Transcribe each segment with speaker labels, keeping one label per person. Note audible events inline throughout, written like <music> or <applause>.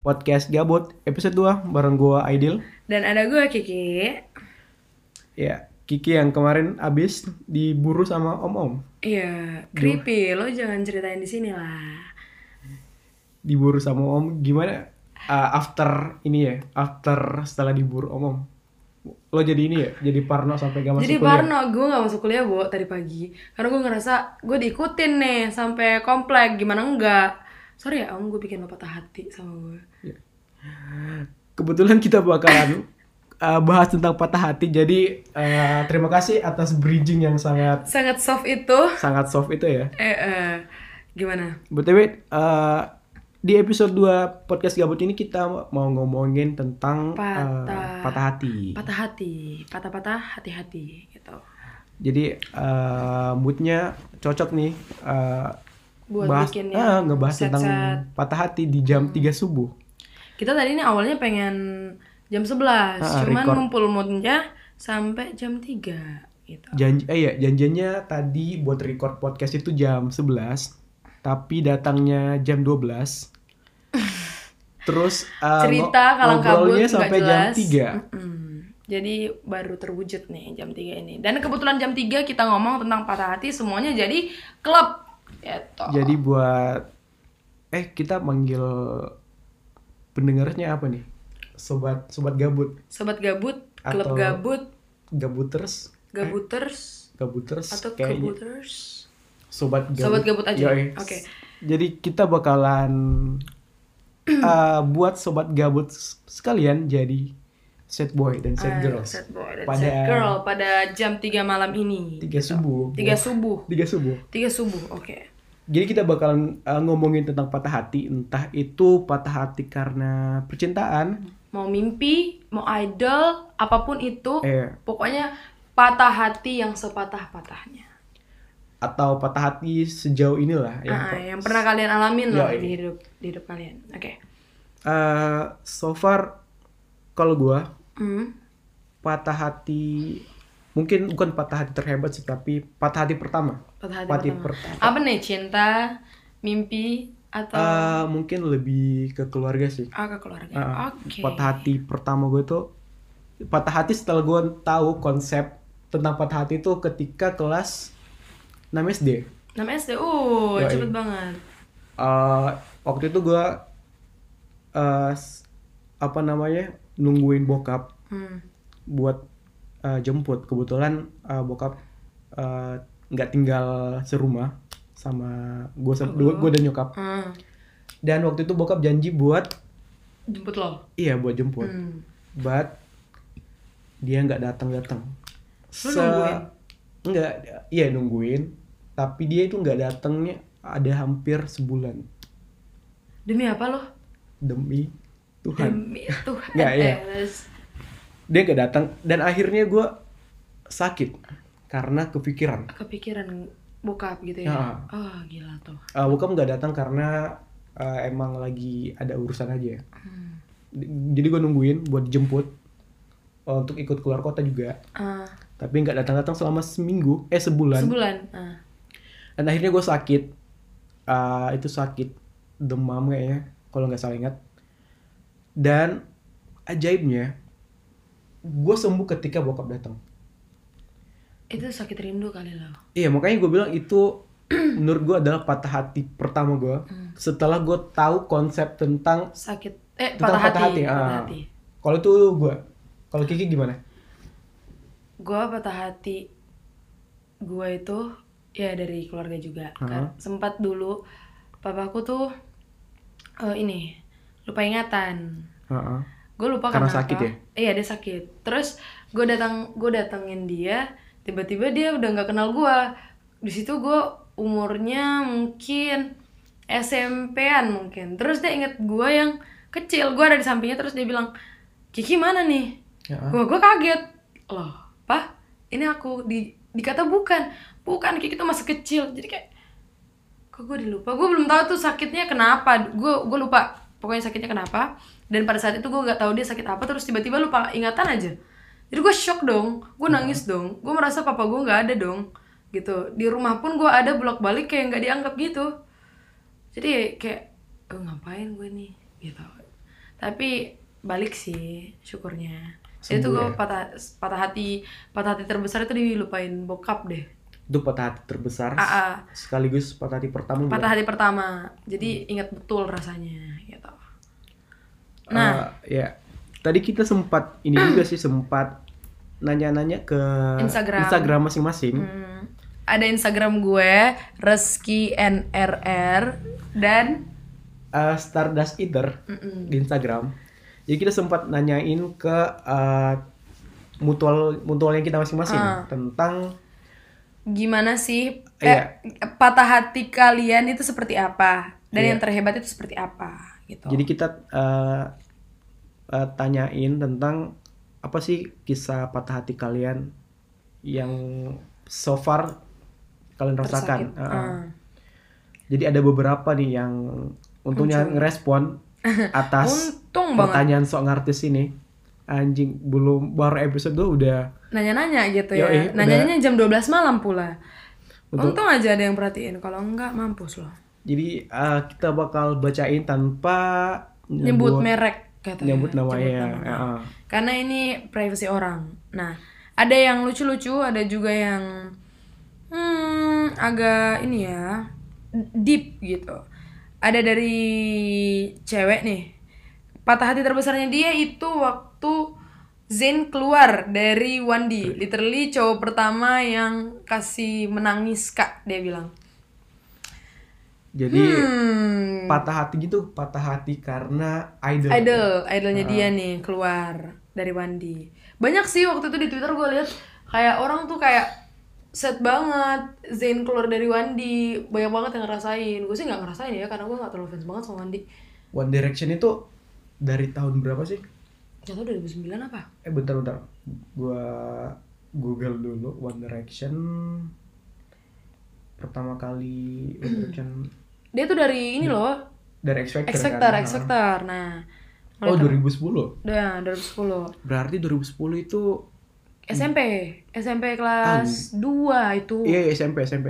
Speaker 1: Podcast Gabut episode 2 bareng gua Aidil.
Speaker 2: Dan ada gue Kiki.
Speaker 1: Ya, Kiki yang kemarin abis diburu sama om-om.
Speaker 2: Iya, creepy. Lo jangan ceritain di sini lah.
Speaker 1: Diburu sama om gimana uh, after ini ya? After setelah diburu om-om. Lo jadi ini ya? Jadi parno sampai gak masuk
Speaker 2: Jadi
Speaker 1: kuliah.
Speaker 2: Parno, gue gak masuk kuliah bu tadi pagi Karena gue ngerasa gue diikutin nih sampai komplek Gimana enggak Sorry ya om, gue bikin lo patah hati sama gue
Speaker 1: Kebetulan kita bakalan uh, bahas tentang patah hati. Jadi uh, terima kasih atas bridging yang sangat
Speaker 2: Sangat soft itu
Speaker 1: sangat soft itu ya.
Speaker 2: Eh, eh gimana?
Speaker 1: BTW uh, di episode 2 podcast gabut ini kita mau ngomongin tentang uh,
Speaker 2: Patah.
Speaker 1: patah hati.
Speaker 2: Patah hati, patah-patah hati-hati gitu
Speaker 1: Jadi uh, moodnya cocok nih uh,
Speaker 2: Buat
Speaker 1: bahas,
Speaker 2: bikin
Speaker 1: ah,
Speaker 2: ya
Speaker 1: ngebahas tentang
Speaker 2: set-set.
Speaker 1: patah hati di jam 3 subuh.
Speaker 2: Kita tadi ini awalnya pengen jam 11
Speaker 1: Ah,
Speaker 2: Cuman
Speaker 1: record.
Speaker 2: ngumpul moodnya sampai jam 3 gitu
Speaker 1: Janji eh ya, janjinya tadi buat record podcast itu jam 11, tapi datangnya jam
Speaker 2: <laughs>
Speaker 1: 12. Terus uh,
Speaker 2: cerita
Speaker 1: ngo-
Speaker 2: kalang kabut
Speaker 1: ngobrolnya
Speaker 2: nggak
Speaker 1: sampai jam
Speaker 2: jelas.
Speaker 1: 3.
Speaker 2: Mm-mm. Jadi baru terwujud nih jam 3 ini. Dan kebetulan jam 3 kita ngomong tentang patah hati semuanya jadi klub. Gitu.
Speaker 1: Jadi buat eh kita manggil pendengarnya apa nih? Sobat sobat gabut,
Speaker 2: Sobat gabut, klub
Speaker 1: Atau- eh,
Speaker 2: gabut,
Speaker 1: gabuters,
Speaker 2: gabuters
Speaker 1: gabuters
Speaker 2: atau
Speaker 1: kayaknya.
Speaker 2: kabuters.
Speaker 1: sobat gabut,
Speaker 2: Sobat gabut aja.
Speaker 1: Yoi.
Speaker 2: Oke.
Speaker 1: Jadi kita
Speaker 2: <clears throat>
Speaker 1: bakalan eh, buat sobat gabut s- sekalian jadi set boy dan set
Speaker 2: Ah,
Speaker 1: girls.
Speaker 2: sad boy dan
Speaker 1: Pada-
Speaker 2: sad girl pada jam 3 malam ini.
Speaker 1: Tiga subuh.
Speaker 2: 3 subuh.
Speaker 1: Tiga subuh.
Speaker 2: 3 subuh. Oke.
Speaker 1: Jadi kita bakalan eh, ngomongin tentang patah hati, entah itu patah hati karena percintaan,
Speaker 2: Mau mimpi, mau idol, apapun itu,
Speaker 1: eh
Speaker 2: pokoknya patah hati yang sepatah-patahnya.
Speaker 1: atau patah hati sejauh inilah yang
Speaker 2: Ah, yang pernah kalian alamin loh
Speaker 1: Yoi.
Speaker 2: di hidup di hidup kalian. Oke.
Speaker 1: Eh, so far kalau gua
Speaker 2: Hmm.
Speaker 1: patah hati mungkin bukan patah hati terhebat sih tapi patah hati pertama
Speaker 2: Patah hati,
Speaker 1: Patah hati
Speaker 2: pertama.
Speaker 1: pertama.
Speaker 2: Apa nih cinta, mimpi atau
Speaker 1: Eh, mungkin lebih ke keluarga sih
Speaker 2: ah, ke keluarga?
Speaker 1: Eh,
Speaker 2: Oke.
Speaker 1: patah hati pertama gue tuh patah hati setelah gue tahu konsep tentang patah hati itu ketika kelas 6 SD
Speaker 2: Nama SD. Uh,
Speaker 1: Yoi.
Speaker 2: cepet banget.
Speaker 1: Eh, waktu itu gue eh, s- apa namanya nungguin bokap
Speaker 2: Hmm.
Speaker 1: buat eh, jemput kebetulan eh, bokap eh, nggak tinggal serumah sama gue
Speaker 2: Oh.
Speaker 1: gue dan nyokap
Speaker 2: Hmm.
Speaker 1: dan waktu itu bokap janji buat
Speaker 2: Jemput lo.
Speaker 1: iya buat jemput
Speaker 2: Hmm.
Speaker 1: but dia nggak datang datang
Speaker 2: Lu nungguin?
Speaker 1: nggak iya nungguin tapi dia itu nggak datangnya ada hampir sebulan
Speaker 2: Demi apa lo?
Speaker 1: demi Tuhan
Speaker 2: Demi
Speaker 1: <laughs>
Speaker 2: Tuhan.
Speaker 1: Nggak, iya.
Speaker 2: Elis.
Speaker 1: dia nggak datang dan akhirnya gue sakit karena kepikiran
Speaker 2: Kepikiran bokap gitu ya.
Speaker 1: Ya.
Speaker 2: Oh, gila tuh.
Speaker 1: Eh, Bokap nggak datang karena eh, emang lagi ada urusan aja.
Speaker 2: Hmm.
Speaker 1: D- Jadi gue nungguin buat dijemput eh, untuk ikut keluar kota juga.
Speaker 2: Ah,
Speaker 1: Tapi nggak datang-datang selama seminggu, eh sebulan.
Speaker 2: sebulan. Ah.
Speaker 1: Dan akhirnya gue sakit. Eh, itu sakit demam kayaknya, kalau nggak salah ingat. Dan ajaibnya, gue sembuh ketika bokap datang.
Speaker 2: Itu sakit rindu kali lo.
Speaker 1: Iya makanya gue bilang itu <clears throat> menurut gue adalah patah hati pertama gue
Speaker 2: Hmm.
Speaker 1: setelah gue tahu konsep tentang
Speaker 2: Sakit. Eh,
Speaker 1: Tentang
Speaker 2: patah,
Speaker 1: patah hati,
Speaker 2: hati.
Speaker 1: ah.
Speaker 2: Patah hati.
Speaker 1: Kalau itu gue, kalau Kiki gimana?
Speaker 2: gue patah hati gue itu ya dari keluarga juga kan sempat dulu papaku tuh eh, ini lupa ingatan gue lupa
Speaker 1: Karena
Speaker 2: karena,
Speaker 1: sakit
Speaker 2: apa.
Speaker 1: ya?
Speaker 2: iya dia sakit terus gue datang gue datengin dia tiba-tiba dia udah nggak kenal gue di situ gue umurnya mungkin SMP-an mungkin terus dia inget gue yang kecil gue ada di sampingnya terus dia bilang Kiki mana nih
Speaker 1: Heeh.
Speaker 2: gua gua kaget loh pah ini aku di dikata bukan bukan kayak gitu masih kecil jadi kayak kok gue dilupa gue belum tahu tuh sakitnya kenapa gue gue lupa pokoknya sakitnya kenapa dan pada saat itu gue nggak tahu dia sakit apa terus tiba-tiba lupa ingatan aja jadi gue shock dong gue nangis dong gue merasa papa gue nggak ada dong gitu di rumah pun gue ada bolak balik ya kayak nggak dianggap gitu jadi kayak eh, ngapain gue nih gitu tapi balik sih syukurnya
Speaker 1: Sembuh
Speaker 2: itu gue
Speaker 1: ya?
Speaker 2: patah patah hati patah hati terbesar itu dilupain bokap deh
Speaker 1: Itu patah hati terbesar.
Speaker 2: Aa,
Speaker 1: Sekaligus patah hati pertama. buat-
Speaker 2: Ah, patah hati pertama jadi
Speaker 1: Hmm.
Speaker 2: ingat betul rasanya gitu
Speaker 1: Eh,
Speaker 2: nah
Speaker 1: ya. Tadi kita sempat ini juga sih sempat nanya-nanya ke
Speaker 2: Instagram.
Speaker 1: masing-masing.
Speaker 2: hmm, ada Instagram gue Reski NRR dan
Speaker 1: Eh, Stardust Eater
Speaker 2: Mm-mm.
Speaker 1: di Instagram. Jadi kita sempat nanyain ke eh, mutual mutualnya kita masing-masing
Speaker 2: Ah.
Speaker 1: tentang
Speaker 2: gimana sih eh,
Speaker 1: Iya.
Speaker 2: patah hati kalian itu seperti apa dan
Speaker 1: Iya.
Speaker 2: yang terhebat itu seperti apa gitu
Speaker 1: Jadi kita eh, eh, tanyain tentang apa sih kisah patah hati kalian yang so far kalian rasakan.
Speaker 2: Tersakit.
Speaker 1: Heeh.
Speaker 2: Ah.
Speaker 1: Jadi ada beberapa nih yang untungnya
Speaker 2: Muncul. <laughs>
Speaker 1: ngerespon atas
Speaker 2: untung banget
Speaker 1: pertanyaan sok artis ini. Anjing belum baru episode gue udah
Speaker 2: nanya-nanya gitu
Speaker 1: Yoi,
Speaker 2: ya
Speaker 1: udah-
Speaker 2: nanya-nanya jam 12 malam pula
Speaker 1: Betul.
Speaker 2: untung aja ada yang perhatiin kalau enggak mampus loh
Speaker 1: jadi eh, kita bakal bacain tanpa
Speaker 2: nyebut merek katanya
Speaker 1: nyebut ya. namanya.
Speaker 2: Nyebut nama.
Speaker 1: Heeh.
Speaker 2: karena ini privasi orang nah ada yang lucu-lucu ada juga yang hmm agak ini ya deep gitu ada dari cewek nih patah hati terbesarnya dia itu waktu Zain keluar dari Wandi literally cowok pertama yang kasih menangis kak dia bilang
Speaker 1: Jadi
Speaker 2: hmm
Speaker 1: patah hati gitu patah hati karena idol Ah.
Speaker 2: idol idolnya dia nih keluar dari Wandi banyak sih waktu itu di Twitter gue lihat kayak orang tuh kayak set banget Zain keluar dari Wandi banyak banget yang ngerasain gue sih nggak ngerasain ya karena gue nggak terlalu fans banget sama Wandi
Speaker 1: One Direction itu dari tahun berapa sih
Speaker 2: nggak tahu 2009 apa
Speaker 1: eh bentar bentar gua google dulu One Direction pertama kali
Speaker 2: Hmm.
Speaker 1: One Direction
Speaker 2: dia tuh dari ini loh
Speaker 1: dari X Factor
Speaker 2: X Factor
Speaker 1: Hmm. kan?
Speaker 2: X Factor nah
Speaker 1: oh
Speaker 2: mulai
Speaker 1: 2010
Speaker 2: ter- udah 2010
Speaker 1: berarti 2010 itu Hmm.
Speaker 2: SMP SMP kelas 2 itu
Speaker 1: iya iya, SMP SMP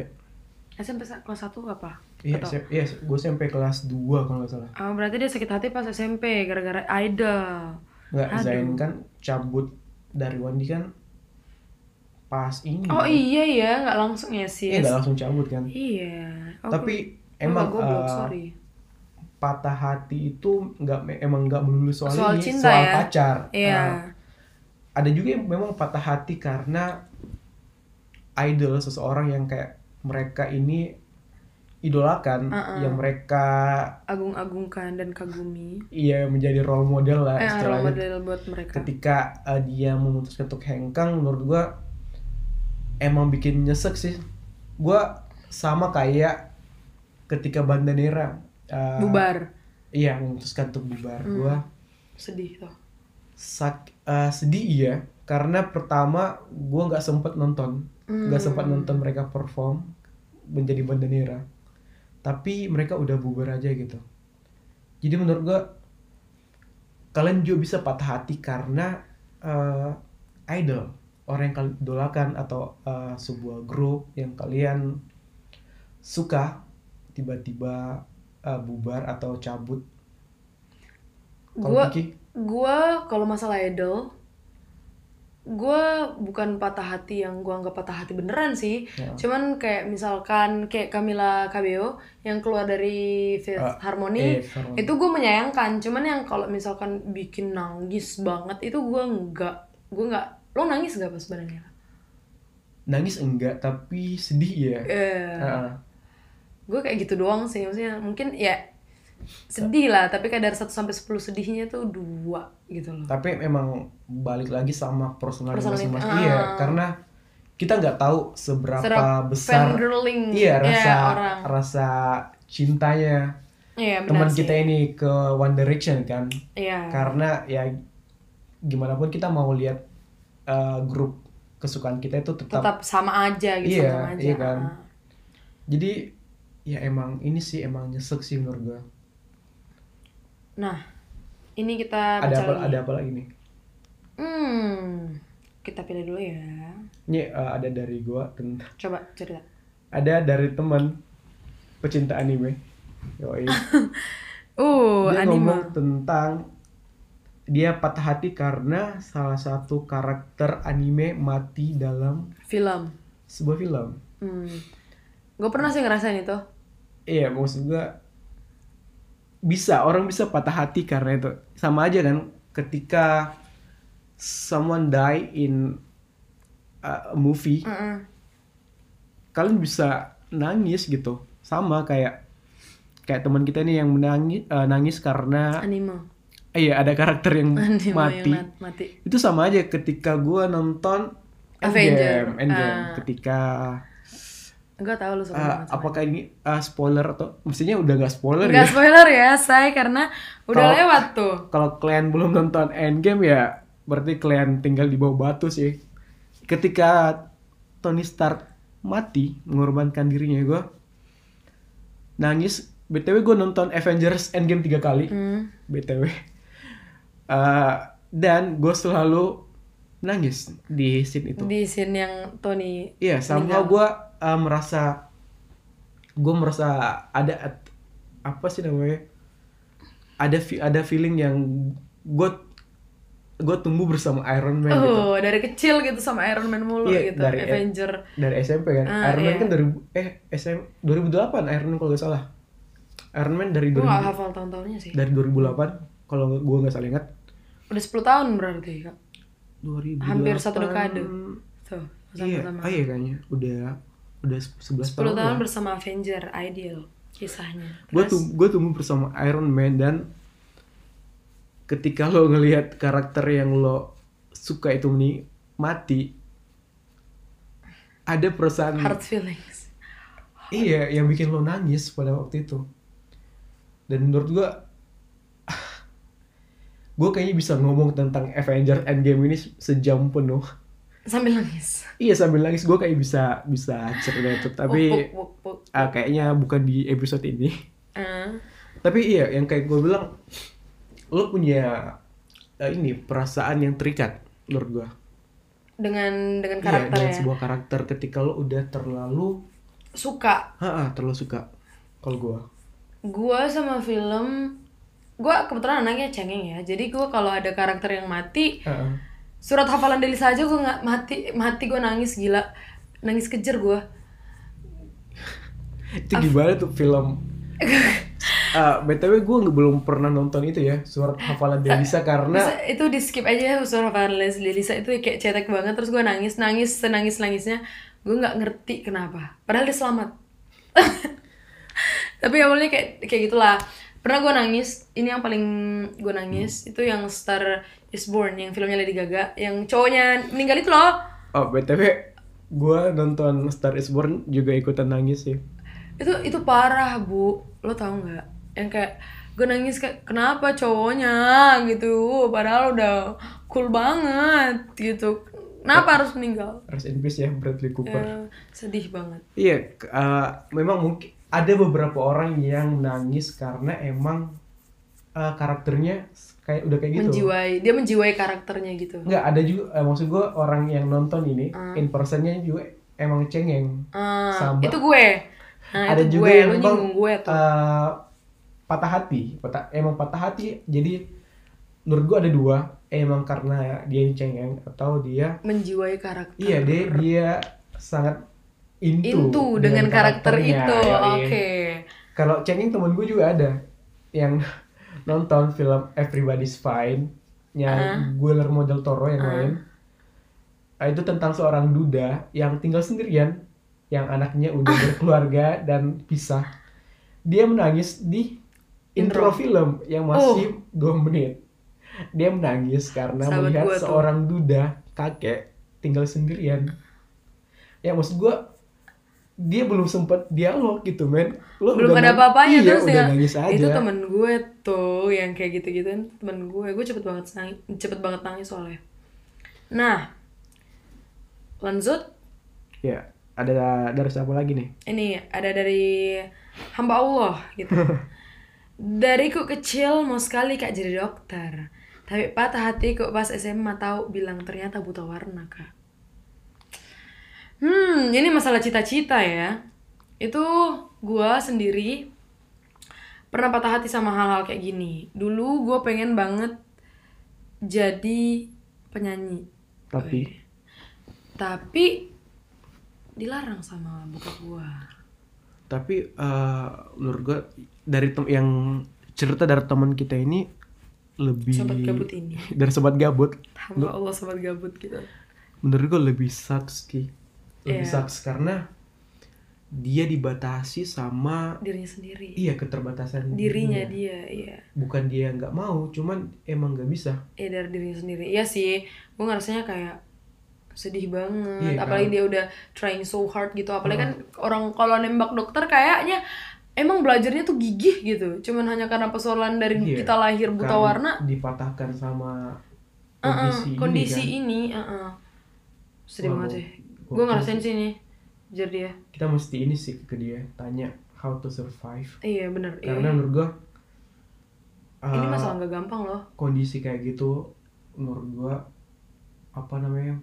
Speaker 2: SMP sa- kelas 1 apa
Speaker 1: iya
Speaker 2: Atau-
Speaker 1: SMP iya gua SMP kelas 2 kalau nggak salah
Speaker 2: Oh, berarti dia sakit hati pas SMP gara-gara idol
Speaker 1: nggak
Speaker 2: Aduh.
Speaker 1: Zain kan cabut dari Wandi kan pas ini
Speaker 2: Oh iya ya, nggak langsung ya
Speaker 1: Hmm.
Speaker 2: sis.
Speaker 1: Iya, nggak langsung cabut kan
Speaker 2: Iya. Oh,
Speaker 1: tapi
Speaker 2: gua-
Speaker 1: emang
Speaker 2: gua goblok,
Speaker 1: eh,
Speaker 2: sorry.
Speaker 1: patah hati itu nggak emang nggak melulu soal,
Speaker 2: Soal
Speaker 1: ini
Speaker 2: cinta
Speaker 1: soal
Speaker 2: ya?
Speaker 1: pacar
Speaker 2: Iya.
Speaker 1: Nah, ada juga yang memang patah hati karena idol seseorang yang kayak mereka ini idolakan
Speaker 2: Uh-uh.
Speaker 1: yang mereka
Speaker 2: Agung-agungkan dan kagumi.
Speaker 1: ya menjadi role model lah
Speaker 2: Eh, role
Speaker 1: istilahnya.
Speaker 2: model iya. buat mereka.
Speaker 1: ketika eh, dia memutuskan untuk hengkang menurut gua emang bikin nyesek sih gua sama kayak ketika Bandanera eh,
Speaker 2: Bubar.
Speaker 1: iya memutuskan untuk bubar gua
Speaker 2: Sedih tuh.
Speaker 1: sak eh, sedih iya karena pertama gua nggak sempat nonton
Speaker 2: Hmm.
Speaker 1: nggak sempat nonton mereka perform menjadi bandanera tapi mereka udah bubar aja gitu jadi menurut gua kalian juga bisa patah hati karena eh, idol orang yang kalian idolakan atau eh, sebuah grup yang kalian suka tiba-tiba eh, bubar atau cabut
Speaker 2: Gua-
Speaker 1: kalau Kiki
Speaker 2: Gua kalau masalah idol, gua bukan patah hati yang gua anggap patah hati beneran sih.
Speaker 1: ya.
Speaker 2: Cuman kayak misalkan kayak Camila Cabello yang keluar dari Fifth
Speaker 1: Ah,
Speaker 2: Harmony,
Speaker 1: Eh, Farwan.
Speaker 2: itu gue menyayangkan cuman yang kalau misalkan bikin nangis banget itu gue nggak gue nggak lo nangis gak pas sebenarnya
Speaker 1: nangis enggak tapi sedih ya
Speaker 2: eh
Speaker 1: Heeh.
Speaker 2: gue kayak gitu doang sih maksudnya mungkin ya sedih lah tapi kayak dari 1 sampai 10 sedihnya tuh dua gitu loh
Speaker 1: tapi memang balik lagi sama personal
Speaker 2: Personality,
Speaker 1: masing-masing
Speaker 2: ah.
Speaker 1: iya karena kita nggak tahu seberapa
Speaker 2: Serap
Speaker 1: besar
Speaker 2: fangirling
Speaker 1: iya rasa
Speaker 2: ya, orang
Speaker 1: rasa cintanya
Speaker 2: iya benar
Speaker 1: teman
Speaker 2: sih.
Speaker 1: kita ini ke One Direction kan
Speaker 2: iya
Speaker 1: karena ya gimana pun kita mau lihat eh, grup kesukaan kita itu tetap,
Speaker 2: tetap sama aja gitu
Speaker 1: Iya,
Speaker 2: sama aja
Speaker 1: iya kan.
Speaker 2: ah.
Speaker 1: jadi ya emang ini sih emang nyesek sih menurut gua
Speaker 2: nah ini kita
Speaker 1: ada
Speaker 2: baca
Speaker 1: apa
Speaker 2: lagi.
Speaker 1: ada apa lagi nih
Speaker 2: hmm kita pilih dulu ya
Speaker 1: ini eh, ada dari gua tentang
Speaker 2: coba cerita
Speaker 1: ada dari teman pecinta anime Yoi.
Speaker 2: uh
Speaker 1: dia
Speaker 2: anime
Speaker 1: ngomong tentang dia patah hati karena salah satu karakter anime mati dalam
Speaker 2: film
Speaker 1: sebuah film.
Speaker 2: hmm. gue pernah sih ngerasain itu
Speaker 1: Iya, maksud gua bisa orang bisa patah hati karena itu. Sama aja kan ketika someone die in a a movie,
Speaker 2: Mm-mm.
Speaker 1: kalian bisa nangis gitu. Sama kayak kayak teman kita nih yang menangis eh, nangis karena
Speaker 2: anime
Speaker 1: eh, iya ada karakter
Speaker 2: <laughs>
Speaker 1: yang
Speaker 2: anime
Speaker 1: mati.
Speaker 2: yang nat- mati
Speaker 1: Itu sama aja ketika gua nonton
Speaker 2: Avenger.
Speaker 1: Endgame, Endgame.
Speaker 2: Ah.
Speaker 1: ketika
Speaker 2: gue tau lu suka
Speaker 1: eh,
Speaker 2: banget sama
Speaker 1: apakah ini eh, spoiler atau mestinya udah gak spoiler ya?
Speaker 2: Nggak spoiler ya, say, karena udah
Speaker 1: Kalau-
Speaker 2: lewat tuh.
Speaker 1: kalau kalian belum nonton Endgame ya berarti kalian tinggal di bawah batu sih. Ketika Tony Stark mati mengorbankan dirinya gue nangis. btw gue nonton Avengers Endgame tiga kali.
Speaker 2: Hmm.
Speaker 1: btw Eh, dan gue selalu nangis di scene itu.
Speaker 2: Di scene yang Tony
Speaker 1: Iya, sama gue merasa gue merasa ada at- apa sih namanya? Ada fi- ada feeling yang gue gue tumbuh bersama Iron Man gitu.
Speaker 2: Oh, dari kecil gitu sama Iron Man mulu
Speaker 1: Iya,
Speaker 2: gitu,
Speaker 1: dari-
Speaker 2: Avenger.
Speaker 1: Dari SMP kan.
Speaker 2: Ah,
Speaker 1: Iron Man
Speaker 2: iya.
Speaker 1: kan dari eh SM 2008 Iron Man kalau nggak salah. Iron Man dari
Speaker 2: Gue
Speaker 1: 2000
Speaker 2: gak hafal tahun-tahunnya sih.
Speaker 1: dari 2008 kalau gue nggak salah ingat.
Speaker 2: Udah 10 tahun berarti, Kak.
Speaker 1: 2008,
Speaker 2: Hampir satu dekade. Tuh,
Speaker 1: Iya,
Speaker 2: sama-sama.
Speaker 1: ah, iya kayaknya udah udah 11
Speaker 2: 10
Speaker 1: tahun.
Speaker 2: tahun
Speaker 1: ya.
Speaker 2: bersama Avenger, ideal kisahnya.
Speaker 1: gue
Speaker 2: Terus,
Speaker 1: tuh gue tumbuh bersama Iron Man dan ketika lo ngelihat karakter yang lo suka itu nih mati ada perasaan
Speaker 2: Hard feelings.
Speaker 1: iya yang bikin lo nangis pada waktu itu dan menurut gue <sighs> gue kayaknya bisa ngomong tentang Avenger Endgame ini se- sejam penuh
Speaker 2: Sambil nangis.
Speaker 1: iya sambil nangis gue kayak bisa bisa cerita itu
Speaker 2: Oh, Puk,
Speaker 1: tapi
Speaker 2: puk, puk, puk.
Speaker 1: ah, kayaknya bukan di episode ini <laughs>
Speaker 2: Ah.
Speaker 1: tapi iya yang kayak gue bilang lo punya eh, ini perasaan yang terikat menurut gue
Speaker 2: dengan dengan
Speaker 1: iya
Speaker 2: karakter
Speaker 1: dengan
Speaker 2: ya.
Speaker 1: sebuah karakter ketika lo udah terlalu
Speaker 2: Suka
Speaker 1: ha terlalu suka kalau gue
Speaker 2: Gua sama film gua kebetulan anaknya cengeng ya jadi gua kalau ada karakter yang mati
Speaker 1: Ha-ha.
Speaker 2: surat hafalan Delisa aja gua nggak mati mati gua nangis gila nangis kejer gua <laughs>
Speaker 1: itu gimana tuh film Eh, btw gue belum pernah nonton itu ya surat hafalan Delisa karena
Speaker 2: Eh, Bisa- itu di skip aja ya surat hafalan Delisa itu kayak cetek banget terus gua nangis nangis senangis nangisnya gua nggak ngerti kenapa padahal dia selamat <laughs> tapi awalnya kayak kayak gitulah pernah gua nangis ini yang paling gua nangis itu yang Star is Born yang filmnya Lady Gaga yang cowoknya meninggal itu loh
Speaker 1: oh btw gue nonton Star Is Born juga ikutan nangis sih
Speaker 2: itu itu parah bu lo tau nggak yang kayak gue nangis kayak kenapa cowoknya gitu padahal udah cool banget gitu kenapa harus meninggal
Speaker 1: Rest in Peace ya Bradley Cooper
Speaker 2: Eh, sedih banget
Speaker 1: Iya, k- eh, memang mungkin ada beberapa orang yang nangis karena emang eh, karakternya kayak udah kayak gitu.
Speaker 2: menjiwai dia menjiwai karakternya gitu
Speaker 1: Enggak, ada juga eh, maksud gue orang yang nonton ini in personnya juga emang cengeng.
Speaker 2: Ah,
Speaker 1: Sama.
Speaker 2: itu gue nah,
Speaker 1: ada
Speaker 2: itu
Speaker 1: juga
Speaker 2: gue
Speaker 1: yang
Speaker 2: lo
Speaker 1: emang
Speaker 2: nyinggung gue tuh
Speaker 1: eh, patah hati, patah, emang patah hati. Jadi menurut gue ada dua, emang karena dia yang cengeng atau dia
Speaker 2: menjiwai karakter
Speaker 1: iya dia dia sangat into,
Speaker 2: itu dengan karakter
Speaker 1: karakternya,
Speaker 2: itu
Speaker 1: yoi.
Speaker 2: oke
Speaker 1: Kalau cengeng temen gue juga ada yang <laughs> nonton film Everybody's Fine yang
Speaker 2: Ah.
Speaker 1: Guillermo del Toro yang main. Ah, Itu tentang seorang duda yang tinggal sendirian, yang anaknya
Speaker 2: <laughs>
Speaker 1: udah berkeluarga dan pisah. Dia menangis di intro, film yang masih dua menit. Dia menangis karena
Speaker 2: Oh. Sahabat
Speaker 1: melihat
Speaker 2: gua tuh.
Speaker 1: seorang duda kakek tinggal sendirian. Ya maksud gue dia belum sempat dialog gitu men Lo udah
Speaker 2: belum ada
Speaker 1: nang-
Speaker 2: apa-apanya
Speaker 1: iya,
Speaker 2: terus
Speaker 1: udah
Speaker 2: ya,
Speaker 1: nangis aja
Speaker 2: itu temen gue tuh yang kayak gitu gituan temen gue gue cepet banget nangis cepet banget nangis soalnya nah lanjut
Speaker 1: ya ada dari siapa lagi nih
Speaker 2: ini ada dari hamba Allah gitu
Speaker 1: <laughs>
Speaker 2: dariku kecil mau sekali kak jadi dokter tapi patah hatiku pas SMA tahu bilang ternyata buta warna kak hmm ini masalah cita-cita ya itu gua sendiri pernah patah hati sama hal-hal kayak gini dulu gue pengen banget jadi penyanyi
Speaker 1: tapi
Speaker 2: tapi dilarang sama buka gua
Speaker 1: tapi eh menurut gue dari tem- yang cerita dari teman kita ini lebih
Speaker 2: sobat gabut ini
Speaker 1: <laughs> dari sobat gabut
Speaker 2: Hamba Allah sobat gabut gitu
Speaker 1: menurut gue lebih sucks ki lebih
Speaker 2: Iya.
Speaker 1: sucks karena dia dibatasi sama
Speaker 2: dirinya sendiri
Speaker 1: iya keterbatasan
Speaker 2: dirinya dia iya
Speaker 1: bukan dia nggak mau cuman emang nggak bisa
Speaker 2: ya dari dirinya sendiri iya sih gue ngerasanya kayak sedih
Speaker 1: Iya,
Speaker 2: banget
Speaker 1: kan?
Speaker 2: apalagi dia udah trying so hard gitu apalagi kan orang kalau nembak dokter kayaknya emang belajarnya tuh gigih gitu cuman hanya karena persoalan dari
Speaker 1: Iya,
Speaker 2: kita lahir buta
Speaker 1: Kan
Speaker 2: warna
Speaker 1: dipatahkan sama
Speaker 2: eh, eh,
Speaker 1: kondisi,
Speaker 2: kondisi,
Speaker 1: ini, kan.
Speaker 2: ini, eh, eh. sedih
Speaker 1: Wah,
Speaker 2: banget
Speaker 1: gua-
Speaker 2: sih
Speaker 1: gua-
Speaker 2: gue ngerasain sih nih jar dia
Speaker 1: kita mesti ini sih ke dia tanya how to survive
Speaker 2: iya bener iya.
Speaker 1: karena menurut gue
Speaker 2: ini
Speaker 1: eh,
Speaker 2: masalah nggak gampang loh
Speaker 1: kondisi kayak gitu menurut gua apa namanya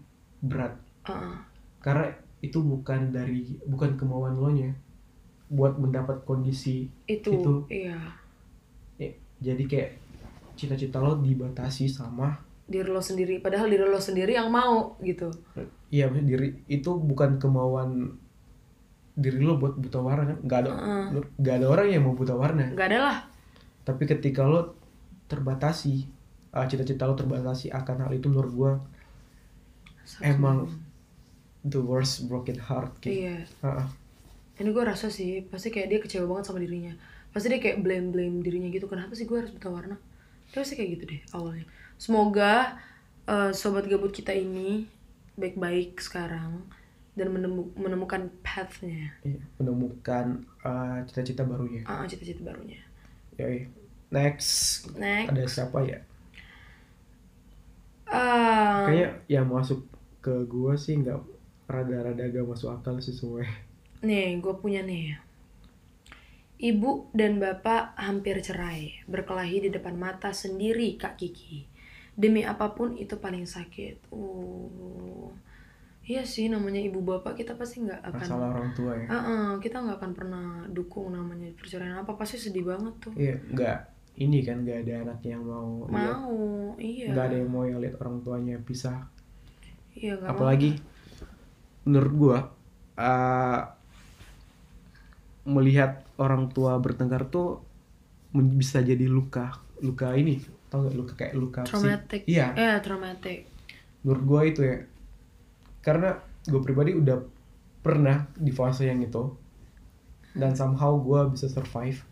Speaker 1: berat
Speaker 2: Eh, eh.
Speaker 1: karena itu bukan dari bukan kemauan lo nya buat mendapat kondisi
Speaker 2: itu,
Speaker 1: Itu.
Speaker 2: iya
Speaker 1: jadi kayak cita-cita lo dibatasi sama
Speaker 2: diri lo sendiri padahal diri lo sendiri yang mau gitu
Speaker 1: iya maksudnya diri itu bukan kemauan diri lo buat buta warna kan nggak ada nggak ada orang yang mau buta warna
Speaker 2: nggak ada lah
Speaker 1: tapi ketika lo terbatasi uh, cita-cita lo terbatasi akan hal itu menurut gua emang the worst broken heart kayak gitu.
Speaker 2: iya
Speaker 1: Heeh.
Speaker 2: ini gue rasa sih pasti kayak dia kecewa banget sama dirinya pasti dia kayak blame blame dirinya gitu kenapa sih gue harus buta warna dia pasti kayak gitu deh awalnya semoga eh, sobat gabut kita ini baik-baik sekarang dan menemu- menemukan pathnya
Speaker 1: Iya, menemukan uh, cita-cita barunya.
Speaker 2: Ah, cita-cita barunya
Speaker 1: Yoi. Next,
Speaker 2: next
Speaker 1: ada siapa ya?
Speaker 2: Ah,
Speaker 1: Kayaknya yang masuk ke gua sih nggak rada-rada gak masuk akal sih semuanya.
Speaker 2: Nih, gue punya nih. Ibu dan bapak hampir cerai, berkelahi di depan mata sendiri, Kak Kiki. Demi apapun itu paling sakit. Uh, iya sih, namanya ibu bapak kita pasti nggak akan.
Speaker 1: Masalah orang tua ya.
Speaker 2: Ah, ah, kita nggak akan pernah dukung namanya perceraian apa pasti sedih banget tuh.
Speaker 1: Iya, nggak ini kan nggak ada anak yang mau lihat,
Speaker 2: Mau, iya.
Speaker 1: Oh, nggak ada yang mau yang lihat orang tuanya pisah.
Speaker 2: Iya nggak mau.
Speaker 1: Apalagi menurut gua uh, melihat orang tua bertengkar tuh men- bisa jadi luka, luka ini, tau gak luka kayak luka psi-
Speaker 2: traumatik.
Speaker 1: Iya,
Speaker 2: Eh, traumatik.
Speaker 1: menurut gue itu ya karena gue pribadi udah pernah di fase yang itu dan somehow gue bisa survive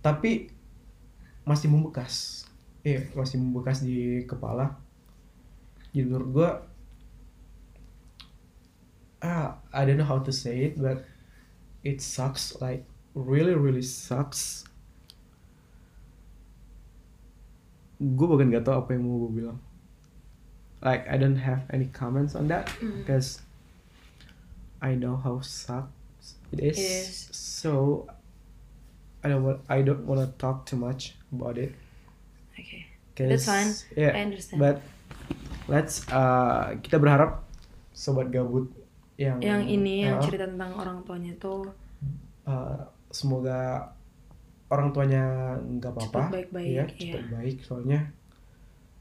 Speaker 1: tapi masih membekas iya masih membekas di kepala jadi menurut gue ah I don't know how to say it but it sucks like really really sucks gue bahkan gak tau apa yang mau gue bilang like I don't have any comments on that because I know how sucks it is.
Speaker 2: Yes.
Speaker 1: So I don't want I don't want to talk too much about it.
Speaker 2: Oke.
Speaker 1: 'cause-
Speaker 2: That's fine.
Speaker 1: Yeah.
Speaker 2: I understand.
Speaker 1: But let's uh, kita berharap sobat gabut yang
Speaker 2: yang ini yang
Speaker 1: uh,
Speaker 2: cerita tentang orang tuanya tuh
Speaker 1: uh, semoga orang tuanya nggak apa-apa.
Speaker 2: Cepet baik-baik,
Speaker 1: ya,
Speaker 2: iya.
Speaker 1: cepet baik soalnya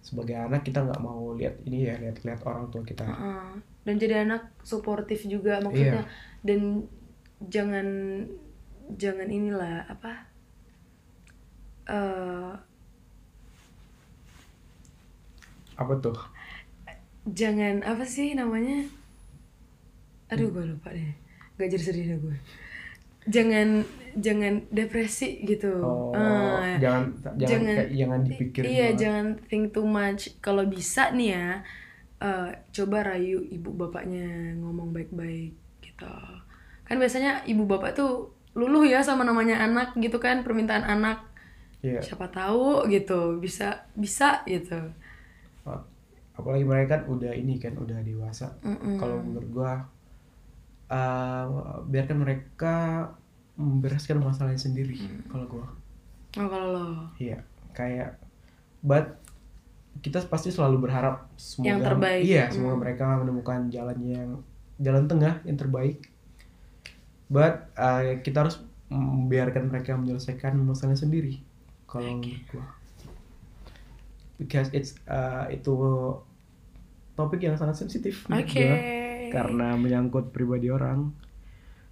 Speaker 1: sebagai anak kita nggak mau lihat ini ya lihat-lihat orang tua kita.
Speaker 2: Heeh. dan jadi anak suportif juga maksudnya
Speaker 1: Iya.
Speaker 2: dan jangan jangan inilah apa eh
Speaker 1: Apa tuh?
Speaker 2: jangan apa sih namanya aduh gue lupa deh gak jadi sedih deh gue jangan jangan depresi gitu
Speaker 1: Oh,
Speaker 2: Eh,
Speaker 1: jangan jangan
Speaker 2: jangan-
Speaker 1: kayak- jangan dipikirin.
Speaker 2: Iya,
Speaker 1: banget.
Speaker 2: jangan think too much. Kalau bisa nih ya, eh, coba rayu ibu bapaknya ngomong baik-baik gitu. Kan biasanya ibu bapak tuh luluh ya sama namanya anak gitu kan, permintaan anak.
Speaker 1: Iya.
Speaker 2: Siapa tahu gitu, bisa bisa gitu.
Speaker 1: Apalagi mereka kan udah ini kan udah dewasa.
Speaker 2: Mm-mm.
Speaker 1: Kalau menurut gua eh, biarkan mereka membereskan masalahnya sendiri kalau gua.
Speaker 2: Oh, kalau lo
Speaker 1: Iya, kayak but kita pasti selalu berharap semoga
Speaker 2: Yang terbaik.
Speaker 1: Iya, semoga
Speaker 2: Hmm.
Speaker 1: mereka menemukan jalan yang jalan tengah yang terbaik. But eh, kita harus membiarkan mereka menyelesaikan masalahnya sendiri. Kalau menurut gua. because it's uh, itu topik yang sangat sensitif
Speaker 2: Oke.
Speaker 1: menurut gua. karena menyangkut pribadi orang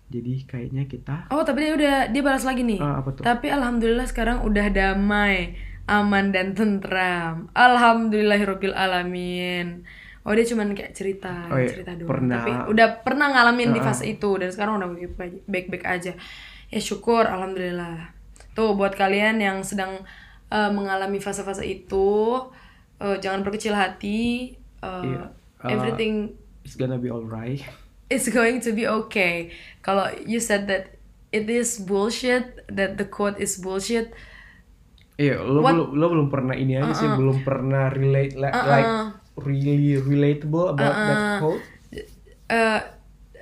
Speaker 1: jadi kayaknya kita
Speaker 2: Oh, tapi dia udah dia balas lagi nih.
Speaker 1: Ah, apa tuh
Speaker 2: Tapi alhamdulillah sekarang udah damai, aman dan tentram. Alhamdulillahirabbil alamin. Oh, dia cuman kayak cerita,
Speaker 1: Oh, iya.
Speaker 2: cerita doang.
Speaker 1: Pernah-
Speaker 2: Tapi udah pernah ngalamin di
Speaker 1: Ah.
Speaker 2: fase itu dan sekarang udah baik- baik-baik aja. Ya syukur alhamdulillah. Tuh buat kalian yang sedang eh, mengalami fase-fase itu eh, jangan berkecil hati. Eh,
Speaker 1: Iya. Ah.
Speaker 2: everything
Speaker 1: it's gonna be alright
Speaker 2: it's going to be okay. Kalau you said that it is bullshit, that the quote is bullshit.
Speaker 1: Iya, lo
Speaker 2: What- Uh-uh.
Speaker 1: belum lo belum pernah ini aja sih, belum pernah relate li- like really relatable about
Speaker 2: Uh-uh.
Speaker 1: that quote.
Speaker 2: Eh,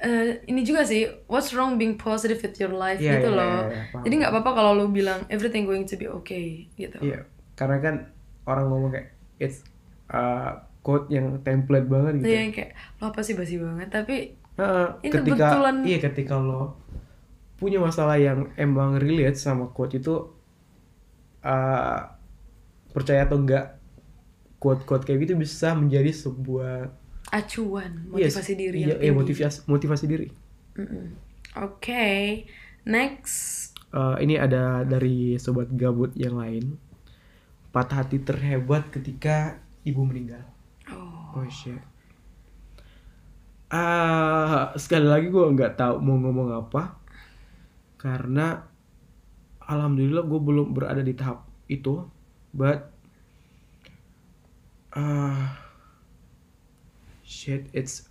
Speaker 2: eh, ini juga sih, what's wrong being positive with your life
Speaker 1: Iya,
Speaker 2: gitu
Speaker 1: iya,
Speaker 2: loh.
Speaker 1: iya, iya, paham.
Speaker 2: Jadi nggak apa-apa kalau lu bilang everything going to be okay gitu.
Speaker 1: Iya, karena kan orang ngomong kayak it's uh, quote yang template banget gitu.
Speaker 2: Iya, yang kayak lo apa sih basi banget, tapi
Speaker 1: Heeh,
Speaker 2: Ini
Speaker 1: ketika
Speaker 2: kebetulan.
Speaker 1: iya ketika lo punya masalah yang emang relate sama quote itu uh, percaya atau enggak quote-quote kayak gitu bisa menjadi sebuah
Speaker 2: acuan
Speaker 1: iya,
Speaker 2: motivasi diri
Speaker 1: iya,
Speaker 2: yang
Speaker 1: iya,
Speaker 2: tinggi.
Speaker 1: motivasi motivasi diri.
Speaker 2: Mm-mm. Oke, next.
Speaker 1: Eh, ini ada dari sobat gabut yang lain. Patah hati terhebat ketika ibu meninggal.
Speaker 2: Oh,
Speaker 1: Oh shit. Ah, sekali lagi gue nggak tahu mau ngomong apa karena alhamdulillah gue belum berada di tahap itu, but ah shit it's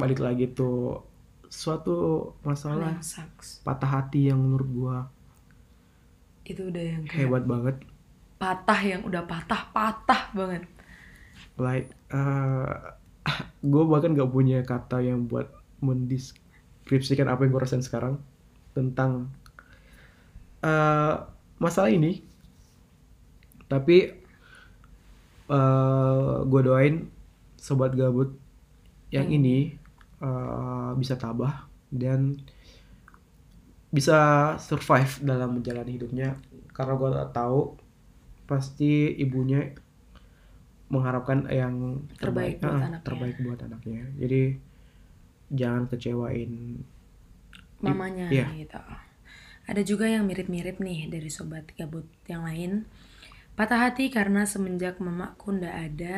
Speaker 1: balik lagi tuh suatu masalah
Speaker 2: nah, sucks.
Speaker 1: patah hati yang menurut gue
Speaker 2: Itu udah yang kayak
Speaker 1: hebat banget
Speaker 2: patah yang udah patah-patah banget.
Speaker 1: like <laughs> uh, gue bahkan gak punya kata yang buat mendeskripsikan apa yang gue rasain sekarang tentang uh, masalah ini tapi uh, gue doain sobat gabut yang ini uh, bisa tabah dan bisa survive dalam menjalani hidupnya karena gue tahu pasti ibunya mengharapkan yang terbaik
Speaker 2: Terbaik buat
Speaker 1: ah,
Speaker 2: anaknya.
Speaker 1: terbaik buat anaknya jadi jangan kecewain
Speaker 2: mamanya
Speaker 1: Iya.
Speaker 2: gitu. Ada juga yang mirip-mirip nih dari sobat gabut yang lain. Patah hati karena semenjak mamaku ndak ada,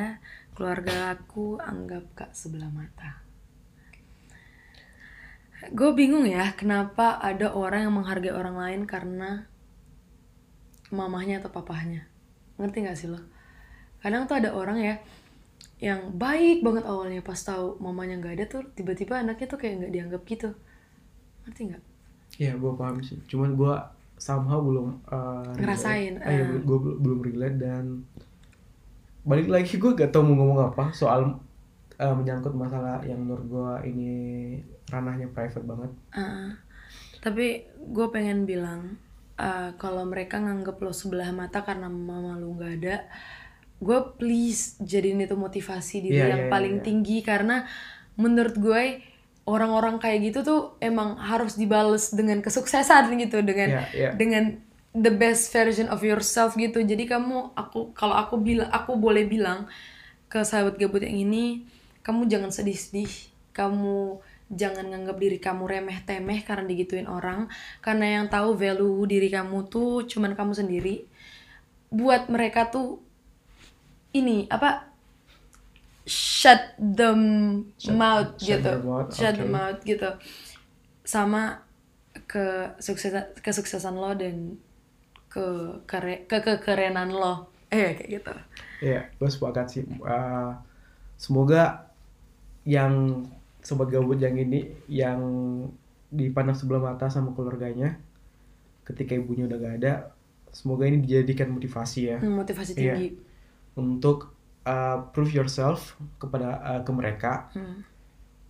Speaker 2: keluarga aku anggap kak sebelah mata. Gue bingung ya, kenapa ada orang yang menghargai orang lain karena mamahnya atau papahnya. Ngerti gak sih lo? Kadang tuh ada orang ya, yang baik banget awalnya pas tahu mamanya nggak ada tuh tiba-tiba anaknya tuh kayak nggak dianggap gitu ngerti nggak
Speaker 1: ya gue paham sih cuman gue somehow belum uh, relate.
Speaker 2: Ngerasain,
Speaker 1: Ah, iya,
Speaker 2: eh.
Speaker 1: gue belum relate dan balik lagi gue gak tau mau ngomong apa soal uh, menyangkut masalah yang menurut gue ini ranahnya private banget
Speaker 2: Ah, tapi gue pengen bilang ah, kalau mereka nganggep lo sebelah mata karena mama lu nggak ada gue please jadiin itu motivasi diri
Speaker 1: Iya,
Speaker 2: yang
Speaker 1: iya, iya,
Speaker 2: paling
Speaker 1: iya.
Speaker 2: tinggi karena menurut gue orang-orang kayak gitu tuh emang harus dibales dengan kesuksesan gitu dengan
Speaker 1: Iya, iya.
Speaker 2: dengan the best version of yourself gitu jadi kamu aku kalau aku bilang aku boleh bilang ke sahabat gabut yang ini kamu jangan sedih-sedih kamu jangan nganggap diri kamu remeh temeh karena digituin orang karena yang tahu value diri kamu tuh cuman kamu sendiri buat mereka tuh ini apa shut them mouth
Speaker 1: shut
Speaker 2: gitu
Speaker 1: their mouth,
Speaker 2: shut them
Speaker 1: oke.
Speaker 2: out gitu sama ke suksesan kesuksesan lo dan ke kere, ke kekerenan lo eh kayak gitu
Speaker 1: Iya, gue sepakat sih. Uh, semoga yang sobat gabut yang ini yang dipandang sebelah mata sama keluarganya ketika ibunya udah gak ada, semoga ini dijadikan motivasi ya
Speaker 2: motivasi
Speaker 1: Iya.
Speaker 2: tinggi
Speaker 1: untuk uh, prove yourself kepada uh, ke mereka
Speaker 2: Hmm.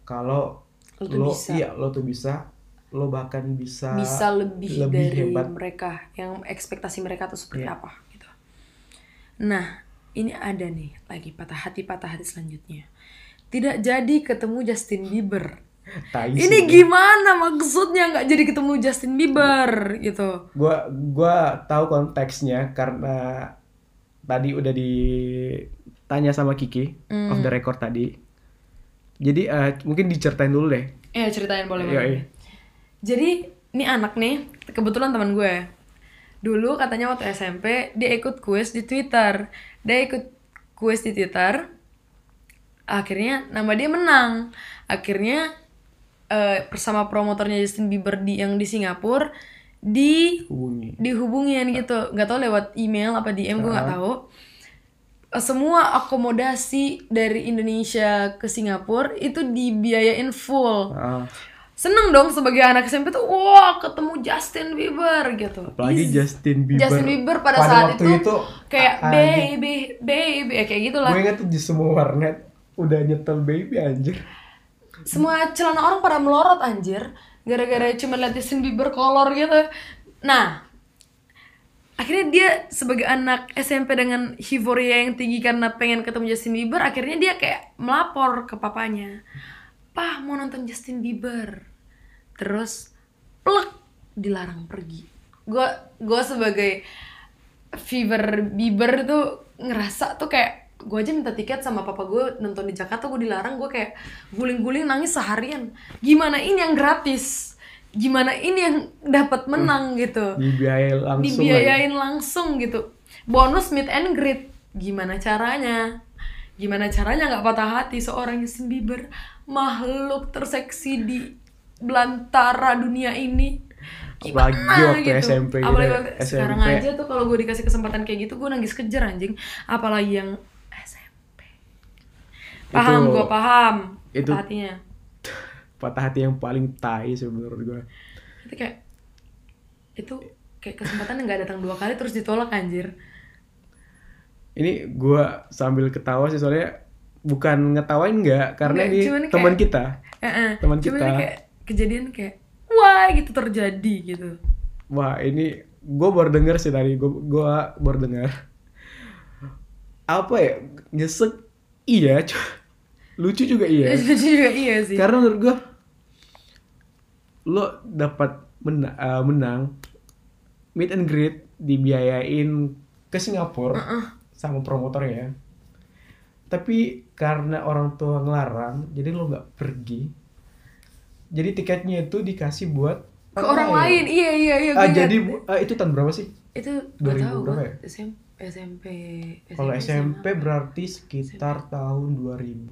Speaker 1: kalau
Speaker 2: Lo tuh bisa.
Speaker 1: iya lo tuh bisa, lo bahkan bisa
Speaker 2: bisa lebih,
Speaker 1: lebih
Speaker 2: dari
Speaker 1: hebat.
Speaker 2: mereka yang ekspektasi mereka tuh seperti
Speaker 1: Iya.
Speaker 2: apa gitu nah ini ada nih lagi patah hati patah hati selanjutnya tidak jadi ketemu Justin Bieber
Speaker 1: Tai sih.
Speaker 2: ini gimana maksudnya nggak jadi ketemu Justin Bieber gitu
Speaker 1: gua gua tahu konteksnya karena tadi udah ditanya sama Kiki
Speaker 2: Hmm.
Speaker 1: of the record tadi. Jadi eh, mungkin diceritain dulu deh.
Speaker 2: Iya ceritain boleh
Speaker 1: Yoi.
Speaker 2: boleh. Jadi ini anak nih kebetulan teman gue. Dulu katanya waktu SMP dia ikut kuis di Twitter. Dia ikut kuis di Twitter. Akhirnya nama dia menang. Akhirnya eh, bersama promotornya Justin Bieber di yang di Singapura di
Speaker 1: Hubungi.
Speaker 2: dihubungin
Speaker 1: Iya.
Speaker 2: gitu nggak tahu lewat email apa DM gue nggak tahu Eh, semua akomodasi dari Indonesia ke Singapura itu dibiayain full
Speaker 1: Ah,
Speaker 2: seneng dong sebagai anak SMP tuh wah ketemu Justin Bieber gitu
Speaker 1: apalagi
Speaker 2: Ih,
Speaker 1: Justin Bieber.
Speaker 2: Justin Bieber pada, saat
Speaker 1: waktu
Speaker 2: itu,
Speaker 1: itu
Speaker 2: kayak gitu
Speaker 1: ah,
Speaker 2: baby baby ya kayak gitulah
Speaker 1: Gue inget tuh di semua warnet udah nyetel baby anjir.
Speaker 2: semua celana orang pada melorot anjir gara-gara cuma liat Justin Bieber kolor gitu nah akhirnya dia sebagai anak SMP dengan hivoria yang tinggi karena pengen ketemu Justin Bieber akhirnya dia kayak melapor ke papanya pah mau nonton Justin Bieber terus plek dilarang pergi gue gue sebagai fever Bieber tuh ngerasa tuh kayak gue aja minta tiket sama papa gue nonton di Jakarta gue dilarang gue kayak guling-guling nangis seharian gimana ini yang gratis gimana ini yang dapat menang gitu
Speaker 1: Dibiayai langsung. lagi.
Speaker 2: dibiayain langsung gitu bonus meet and greet gimana caranya gimana caranya nggak patah hati seorang Justin Bieber makhluk terseksi di belantara dunia ini
Speaker 1: Apalagi waktu SMP gitu,
Speaker 2: apalagi waktu
Speaker 1: SMP.
Speaker 2: sekarang aja tuh kalau gue dikasih kesempatan kayak gitu gue nangis kejer anjing apalagi yang SMP paham
Speaker 1: Itu-
Speaker 2: gue paham
Speaker 1: itu-
Speaker 2: patah hatinya
Speaker 1: Patah hati yang paling tai sih menurut gue.
Speaker 2: itu kayak itu kayak kesempatan yang nggak datang dua kali terus ditolak anjir
Speaker 1: Ini gue sambil ketawa sih soalnya bukan ngetawain nggak karena
Speaker 2: Nggak,
Speaker 1: ini
Speaker 2: cuman kayak-
Speaker 1: teman kita.
Speaker 2: Heeh.
Speaker 1: Teman
Speaker 2: Cuma
Speaker 1: kita.
Speaker 2: ini kayak kejadian kayak wah gitu terjadi gitu.
Speaker 1: Wah ini gue baru denger sih tadi gue gua baru denger apa ya nyesek iya cu- lucu juga iya
Speaker 2: <laughs> Jadi juga iya sih.
Speaker 1: karena menurut gue lo dapat mena- eh, menang meet and greet dibiayain ke Singapura sama promotornya tapi karena orang tua ngelarang jadi lo nggak pergi jadi tiketnya itu dikasih buat
Speaker 2: Ke orang lain. Iya iya iya.
Speaker 1: Ah,
Speaker 2: gua ingat.
Speaker 1: jadi bu- eh, itu tahun berapa sih?
Speaker 2: itu
Speaker 1: 2000
Speaker 2: gak tahu
Speaker 1: berapa
Speaker 2: gua
Speaker 1: ya?
Speaker 2: SMP SMP
Speaker 1: Kalau SMP
Speaker 2: SMA.
Speaker 1: berarti sekitar tahun 2000.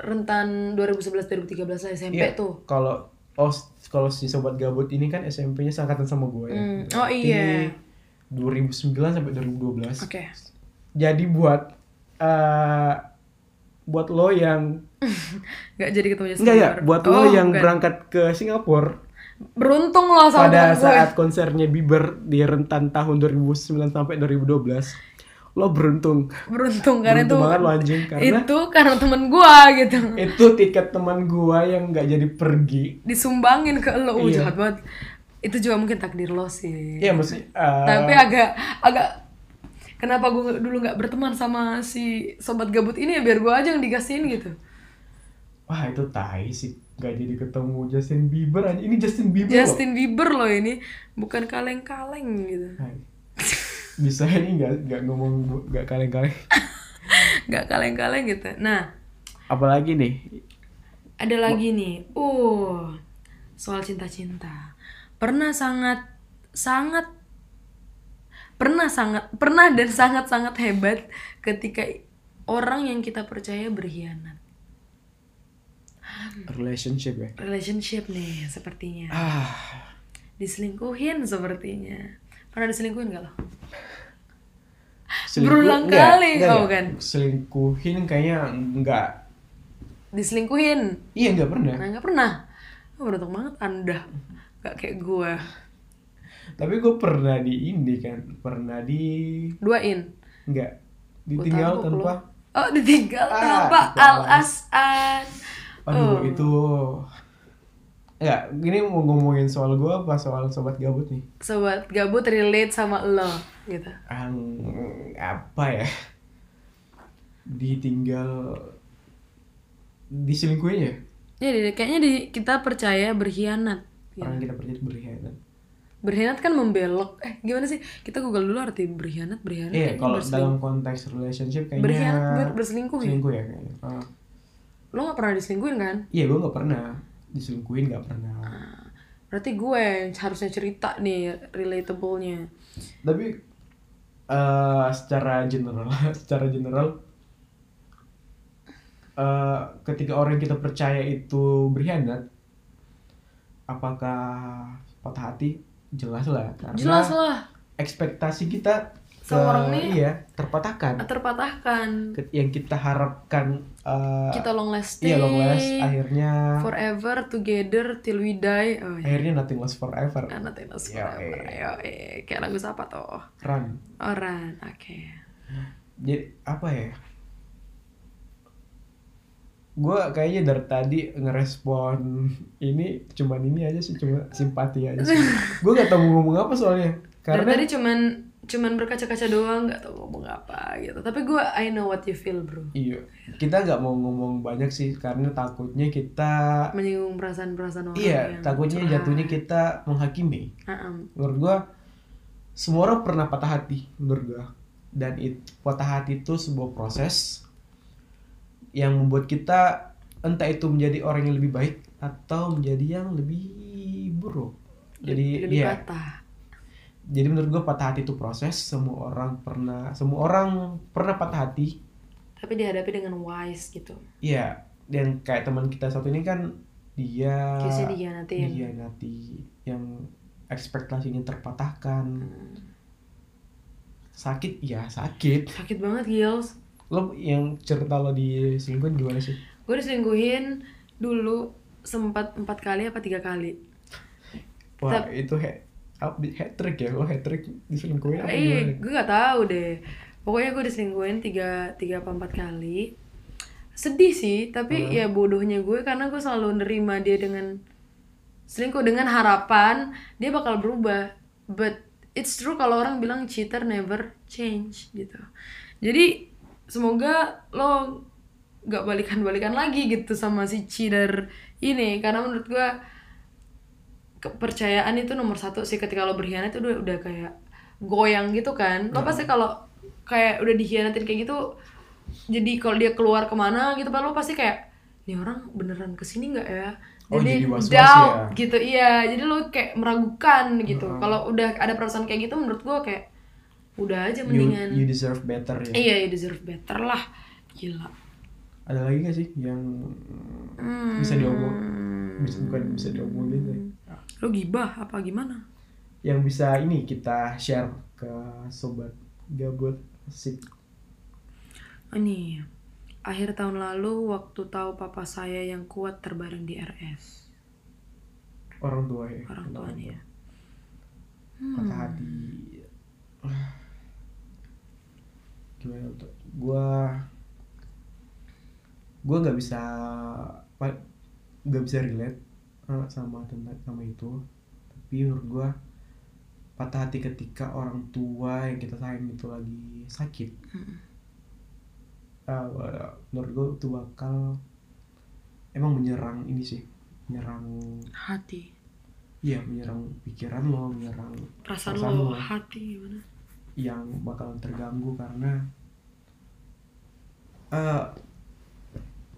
Speaker 2: rentan 2011 2013 lah SMP
Speaker 1: Iya,
Speaker 2: tuh.
Speaker 1: Kalau oh s- kalau si sobat gabut ini kan SMP-nya seangkatan sama gue ya.
Speaker 2: Hmm, oh
Speaker 1: Berarti
Speaker 2: iya.
Speaker 1: 2009 sampai 2012.
Speaker 2: Oke. <laughs>
Speaker 1: Jadi buat eh buat lo yang
Speaker 2: Gak jadi ketemu Justin
Speaker 1: enggak ya,
Speaker 2: Bieber.
Speaker 1: buat
Speaker 2: Oh,
Speaker 1: lo yang
Speaker 2: bukan.
Speaker 1: berangkat ke Singapura
Speaker 2: beruntung loh sama
Speaker 1: pada
Speaker 2: temen gue.
Speaker 1: saat konsernya Bieber di rentan tahun 2009 sampai 2012, lo beruntung.
Speaker 2: <laughs> beruntung karena
Speaker 1: Beruntung
Speaker 2: itu
Speaker 1: banget lo anjing karena
Speaker 2: itu karena temen gue gitu
Speaker 1: <laughs> itu tiket teman gua yang nggak jadi pergi
Speaker 2: disumbangin ke lo Uh,
Speaker 1: Iya.
Speaker 2: jahat banget itu juga mungkin takdir lo sih
Speaker 1: ya mesti eh,
Speaker 2: tapi agak agak kenapa gue dulu nggak berteman sama si sobat gabut ini ya biar gue aja yang dikasihin gitu
Speaker 1: wah itu tai sih nggak jadi ketemu Justin Bieber aja ini Justin Bieber loh.
Speaker 2: Justin Bieber loh ini bukan kaleng-kaleng gitu
Speaker 1: Hai. bisa ini nggak nggak ngomong bu- nggak kaleng-kaleng
Speaker 2: nggak kaleng-kaleng gitu nah
Speaker 1: apalagi nih
Speaker 2: ada lagi nih uh soal cinta-cinta pernah sangat sangat pernah sangat pernah dan sangat-sangat hebat ketika orang yang kita percaya berkhianat
Speaker 1: relationship ya
Speaker 2: relationship nih sepertinya
Speaker 1: ah
Speaker 2: diselingkuhin sepertinya pernah diselingkuhin gak lo?
Speaker 1: selingkuh-
Speaker 2: Berulang
Speaker 1: nggak,
Speaker 2: kali
Speaker 1: nggak,
Speaker 2: kau
Speaker 1: nggak.
Speaker 2: kan?
Speaker 1: selingkuhin kayaknya nggak
Speaker 2: diselingkuhin
Speaker 1: iya nggak pernah
Speaker 2: nah nggak pernah oh, beruntung banget anda gak kayak gue
Speaker 1: tapi gue pernah di ini kan pernah di
Speaker 2: duain
Speaker 1: nggak
Speaker 2: Gua
Speaker 1: ditinggal
Speaker 2: taruh kok
Speaker 1: tanpa
Speaker 2: lo. oh ditinggal
Speaker 1: Ah,
Speaker 2: tanpa
Speaker 1: ditinggal.
Speaker 2: alasan
Speaker 1: Aduh
Speaker 2: Oh.
Speaker 1: itu Enggak, ini mau ngomongin soal gue apa soal sobat gabut nih?
Speaker 2: sobat gabut relate sama lo gitu
Speaker 1: Ang- apa ya? Ditinggal diselingkuhin ya?
Speaker 2: jadi kayaknya di, kita percaya berkhianat gitu.
Speaker 1: kan? Orang kita percaya berkhianat.
Speaker 2: berkhianat kan membelok eh gimana sih kita google dulu arti berkhianat berkhianat
Speaker 1: Iya,
Speaker 2: kayaknya
Speaker 1: kalau
Speaker 2: berseling-
Speaker 1: dalam konteks relationship kayaknya
Speaker 2: berkhianat ber- berselingkuh ya
Speaker 1: selingkuh ya kayaknya. Ah.
Speaker 2: lo nggak pernah diselingkuhin kan
Speaker 1: Iya, gue nggak pernah diselingkuhin, nggak pernah.
Speaker 2: berarti gue yang harusnya cerita nih relatable-nya
Speaker 1: Tapi eh secara general, <laughs> secara general, eh ketika orang yang kita percaya itu berkhianat, apakah patah hati? Jelas lah, karena
Speaker 2: jelas lah
Speaker 1: ekspektasi kita ke-
Speaker 2: Seorang nih-
Speaker 1: iya terpatahkan.
Speaker 2: terpatahkan
Speaker 1: Ke- Yang kita harapkan eh
Speaker 2: kita long lasting
Speaker 1: iya long last, akhirnya
Speaker 2: forever together till we die oh, Kan, ya.
Speaker 1: akhirnya Iya, nothing lasts forever.
Speaker 2: Anak Thanos
Speaker 1: Yo,
Speaker 2: forever yo, eh. kayak lagu siapa tuh
Speaker 1: Run.
Speaker 2: orang oke
Speaker 1: jadi apa ya gue kayaknya dari tadi ngerespon ini cuman ini aja sih cuma simpati aja
Speaker 2: <laughs>
Speaker 1: sih gue gak tau mau ngomong apa soalnya
Speaker 2: Dari
Speaker 1: karena
Speaker 2: tadi cuman cuman berkaca-kaca doang nggak tahu ngomong apa gitu tapi gue I know what you feel bro
Speaker 1: iya kita nggak mau ngomong banyak sih karena takutnya kita
Speaker 2: menyinggung perasaan-perasaan orang
Speaker 1: iya
Speaker 2: yang
Speaker 1: takutnya
Speaker 2: curhat.
Speaker 1: jatuhnya kita menghakimi
Speaker 2: Ah-am.
Speaker 1: menurut gue semua orang pernah patah hati menurut gue dan itu patah hati itu sebuah proses yang membuat kita entah itu menjadi orang yang lebih baik atau menjadi yang lebih buruk jadi
Speaker 2: lebih
Speaker 1: ya
Speaker 2: patah
Speaker 1: jadi menurut gue patah hati itu proses semua orang pernah semua orang pernah patah hati
Speaker 2: tapi dihadapi dengan wise gitu
Speaker 1: ya dan kayak teman kita satu ini kan dia
Speaker 2: kisah dihianatin
Speaker 1: dia nanti yang ekspektasinya terpatahkan
Speaker 2: Hmm.
Speaker 1: sakit ya sakit
Speaker 2: sakit banget Gils
Speaker 1: lo yang cerita lo di selingkuhin gimana sih
Speaker 2: gue diselingkuhin dulu sempat empat kali apa tiga kali
Speaker 1: wah itu he apa di- hat trick ya lo hat trick diselingkuhin apa
Speaker 2: Eh,
Speaker 1: gimana
Speaker 2: gue nggak tahu deh. Pokoknya gue diselingkuhin tiga tiga apa empat kali. Sedih sih, tapi
Speaker 1: Hmm.
Speaker 2: ya bodohnya gue karena gue selalu nerima dia dengan selingkuh dengan harapan dia bakal berubah. But it's true kalau orang bilang cheater never change gitu. Jadi semoga lo nggak balikan-balikan lagi gitu sama si cheater ini karena menurut gue kepercayaan itu nomor satu sih ketika lo berkhianat itu udah, udah kayak goyang gitu kan lo pasti kalau kayak udah dikhianatin kayak gitu jadi kalau dia keluar kemana gitu kan lo pasti kayak ini orang beneran kesini nggak ya
Speaker 1: Oh, jadi was-was ya.
Speaker 2: doubt gitu iya jadi lo kayak meragukan gitu
Speaker 1: Hmm.
Speaker 2: kalau udah ada perasaan kayak gitu menurut gua kayak udah aja
Speaker 1: you,
Speaker 2: mendingan
Speaker 1: you deserve better ya
Speaker 2: iya you deserve better lah gila
Speaker 1: ada lagi gak sih yang Bisa diomong- bisa- bukan bisa diomongin sih.
Speaker 2: Hmm. lo gibah apa gimana
Speaker 1: yang bisa ini kita share ke sobat gabut asik
Speaker 2: Ini akhir tahun lalu waktu tahu papa saya yang kuat terbaring di RS
Speaker 1: orang tua ya
Speaker 2: orang tuanya. Hmm,
Speaker 1: patah hati gimana tuh gua gua nggak bisa pa- nggak bisa relate eh, sama tentang sama itu tapi menurut gua patah hati ketika orang tua yang kita sayang itu lagi sakit
Speaker 2: Mm.
Speaker 1: Ah, wa- menurut gua itu bakal emang menyerang ini sih menyerang
Speaker 2: Hati,
Speaker 1: ya menyerang pikiran lo menyerang
Speaker 2: perasaan,
Speaker 1: Perasaan lo.
Speaker 2: lo, hati gimana?
Speaker 1: yang bakalan terganggu karena eh,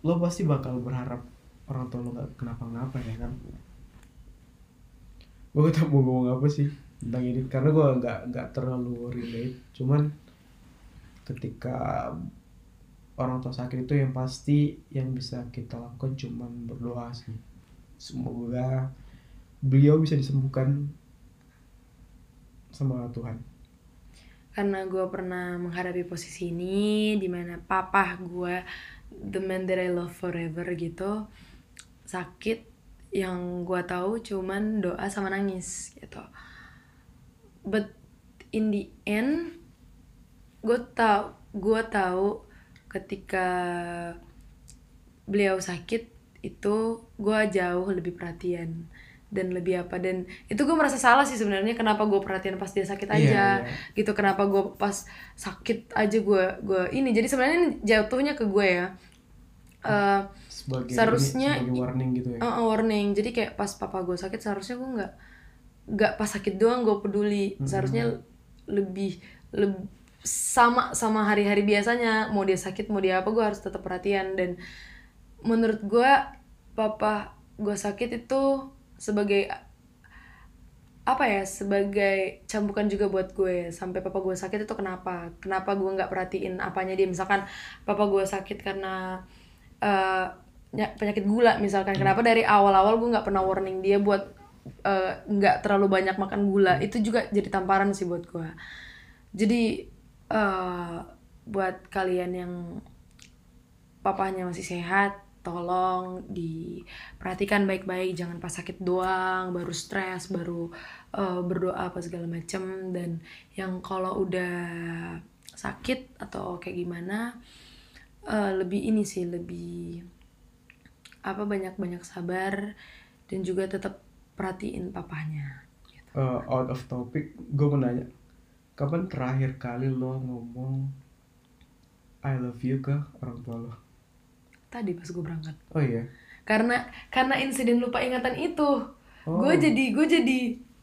Speaker 1: lo pasti bakal berharap orang tua lo nggak kenapa-napa ya kan gue tak mau ngomong apa sih tentang ini karena gue nggak nggak terlalu relate cuman ketika orang tua sakit itu yang pasti yang bisa kita lakukan cuman berdoa sih semoga beliau bisa disembuhkan sama Tuhan
Speaker 2: Karena gue pernah menghadapi posisi ini dimana papa gue the man that I love forever gitu sakit yang gue tahu cuman doa sama nangis gitu. But in the end gue tau gue tahu ketika beliau sakit itu gue jauh lebih perhatian dan lebih apa dan itu gue merasa salah sih sebenarnya kenapa gue perhatian pas dia sakit aja
Speaker 1: Iya, iya.
Speaker 2: gitu kenapa gue pas sakit aja gue gue ini jadi sebenarnya ini jatuhnya ke gue ya Eh,
Speaker 1: sebagai
Speaker 2: Seharusnya- Oh. Ah,
Speaker 1: ini, sebagai warning gitu ya
Speaker 2: uh, warning jadi kayak pas papa gue sakit seharusnya gue nggak gak pas sakit doang gue peduli seharusnya lebih lebih sama sama hari-hari biasanya mau dia sakit mau dia apa gue harus tetap perhatian dan menurut gue papa gue sakit itu sebagai apa ya sebagai cambukan juga buat gue sampai papa gue sakit itu kenapa kenapa gue nggak perhatiin apanya dia misalkan papa gue sakit karena eh, ny- penyakit gula misalkan kenapa dari awal-awal gue nggak pernah warning dia buat eh, nggak terlalu banyak makan gula itu juga jadi tamparan sih buat gue jadi eh, buat kalian yang papahnya masih sehat, tolong diperhatikan baik-baik, jangan pas sakit doang, baru stres, baru eh, berdoa apa segala macem dan yang kalau udah sakit atau kayak gimana eh, lebih ini sih lebih apa banyak-banyak sabar dan juga tetap perhatiin papahnya. gitu.
Speaker 1: Eh, out of topic, gue mau nanya, kapan terakhir kali lo ngomong I love you ke orang tua lo?
Speaker 2: Tadi pas gue berangkat.
Speaker 1: Oh iya.
Speaker 2: karena karena insiden lupa ingatan itu
Speaker 1: Oh.
Speaker 2: gue jadi gue jadi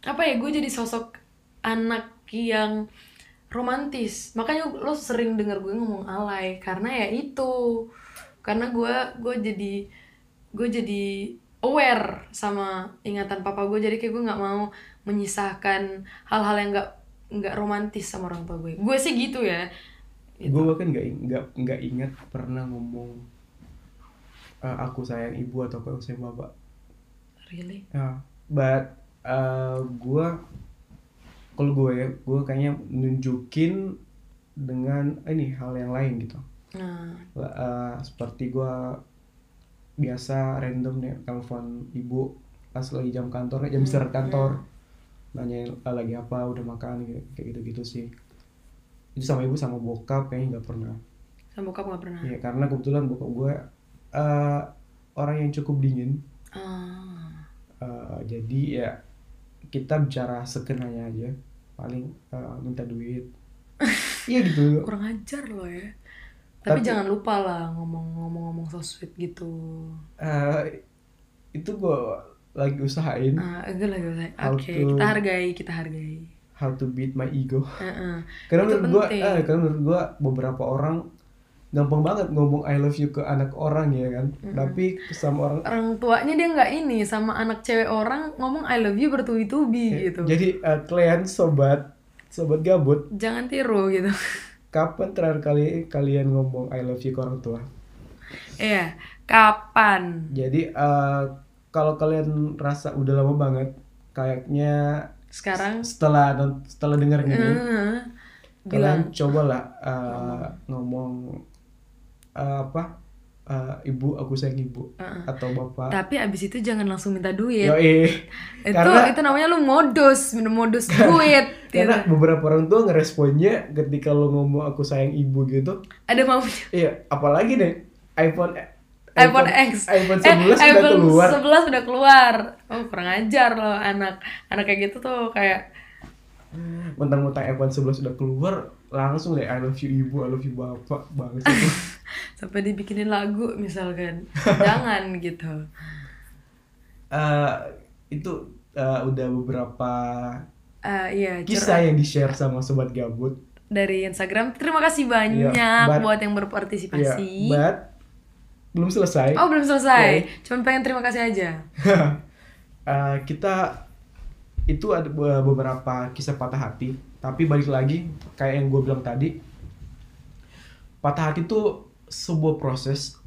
Speaker 2: apa ya gue jadi sosok anak yang romantis makanya lo sering denger gue ngomong alay karena ya itu karena gue gue jadi gue jadi aware sama ingatan papa gue jadi kayak gue nggak mau menyisahkan hal-hal yang nggak nggak romantis sama orang tua gue gue sih gitu ya Gitu.
Speaker 1: Gue bahkan nggak ing- nggak nggak ingat pernah ngomong eh, aku sayang ibu atau aku sayang bapak.
Speaker 2: really
Speaker 1: Ya, but eh, gua kalau gue ya, gue kayaknya nunjukin dengan ini hal yang lain gitu.
Speaker 2: nah
Speaker 1: Gua, eh, seperti gua biasa random nih telepon ibu pas lagi jam kantor, jam istirahat kantor, nanyain eh, lagi apa, udah makan gitu, kayak gitu-gitu sih. Itu sama ibu sama bokap kayaknya nggak pernah.
Speaker 2: sama bokap nggak pernah
Speaker 1: Iya, karena kebetulan bokap gue eh, orang yang cukup dingin.
Speaker 2: ah
Speaker 1: Uh, jadi ya kita bicara sekenanya aja paling uh, minta duit iya gitu
Speaker 2: kurang ajar lo ya
Speaker 1: Tapi-
Speaker 2: tapi, jangan lupa lah ngomong-ngomong so sweet gitu
Speaker 1: Uh, itu gua lagi usahain
Speaker 2: ah itu lah itu lah.
Speaker 1: How
Speaker 2: oke
Speaker 1: to-
Speaker 2: kita hargai kita hargai
Speaker 1: how to beat my ego
Speaker 2: Heeh.
Speaker 1: karena
Speaker 2: Itu
Speaker 1: menurut gua
Speaker 2: penting.
Speaker 1: eh, karena menurut gua beberapa orang gampang banget ngomong I love you ke anak orang ya kan tapi sama
Speaker 2: <laughs>
Speaker 1: orang
Speaker 2: orang tuanya dia nggak ini sama anak cewek orang ngomong I love you bertubi-tubi gitu
Speaker 1: jadi uh, kalian sobat sobat gabut
Speaker 2: jangan tiru gitu <laughs>
Speaker 1: kapan terakhir kali kalian ngomong I love you ke orang tua
Speaker 2: iya kapan
Speaker 1: Jadi eh, kalau kalian rasa udah lama banget, kayaknya
Speaker 2: sekarang
Speaker 1: setelah non- setelah dengar ini,
Speaker 2: eh, bilang
Speaker 1: Hmm. kalian cobalah eh, ngomong eh, apa eh, ibu aku sayang ibu atau bapak.
Speaker 2: tapi abis itu jangan langsung minta duit
Speaker 1: Yoi.
Speaker 2: Iya. itu
Speaker 1: <laughs> karena-
Speaker 2: itu namanya lu modus minum modus duit gitu.
Speaker 1: Karena beberapa orang tua ngeresponnya ketika lo ngomong aku sayang ibu gitu.
Speaker 2: ada maunya
Speaker 1: Iya, apalagi deh iPhone eh,
Speaker 2: iPhone X.
Speaker 1: iPhone 11
Speaker 2: Eh,
Speaker 1: udah
Speaker 2: iPhone
Speaker 1: keluar.
Speaker 2: 11 udah keluar. Oh, kurang ajar loh anak. Anak kayak gitu tuh kayak
Speaker 1: Mentang-mentang iPhone 11 udah keluar, langsung deh I love you ibu, I love you bapak,
Speaker 2: <laughs>
Speaker 1: bangsa.
Speaker 2: sampai dibikinin lagu
Speaker 1: <laughs>
Speaker 2: misalkan. Jangan gitu.
Speaker 1: Eh, itu eh, udah beberapa
Speaker 2: Eh, iya, cer-
Speaker 1: kisah ya. yang di-share sama sobat gabut.
Speaker 2: dari Instagram. Terima kasih banyak
Speaker 1: but-
Speaker 2: buat yang
Speaker 1: Iya,
Speaker 2: berpartisipasi.
Speaker 1: but belum selesai.
Speaker 2: oh, belum selesai. Cuman pengen terima kasih aja.
Speaker 1: <laughs> Eh, kita itu ada be- beberapa kisah patah hati, tapi balik lagi kayak yang gue bilang tadi, patah hati itu sebuah proses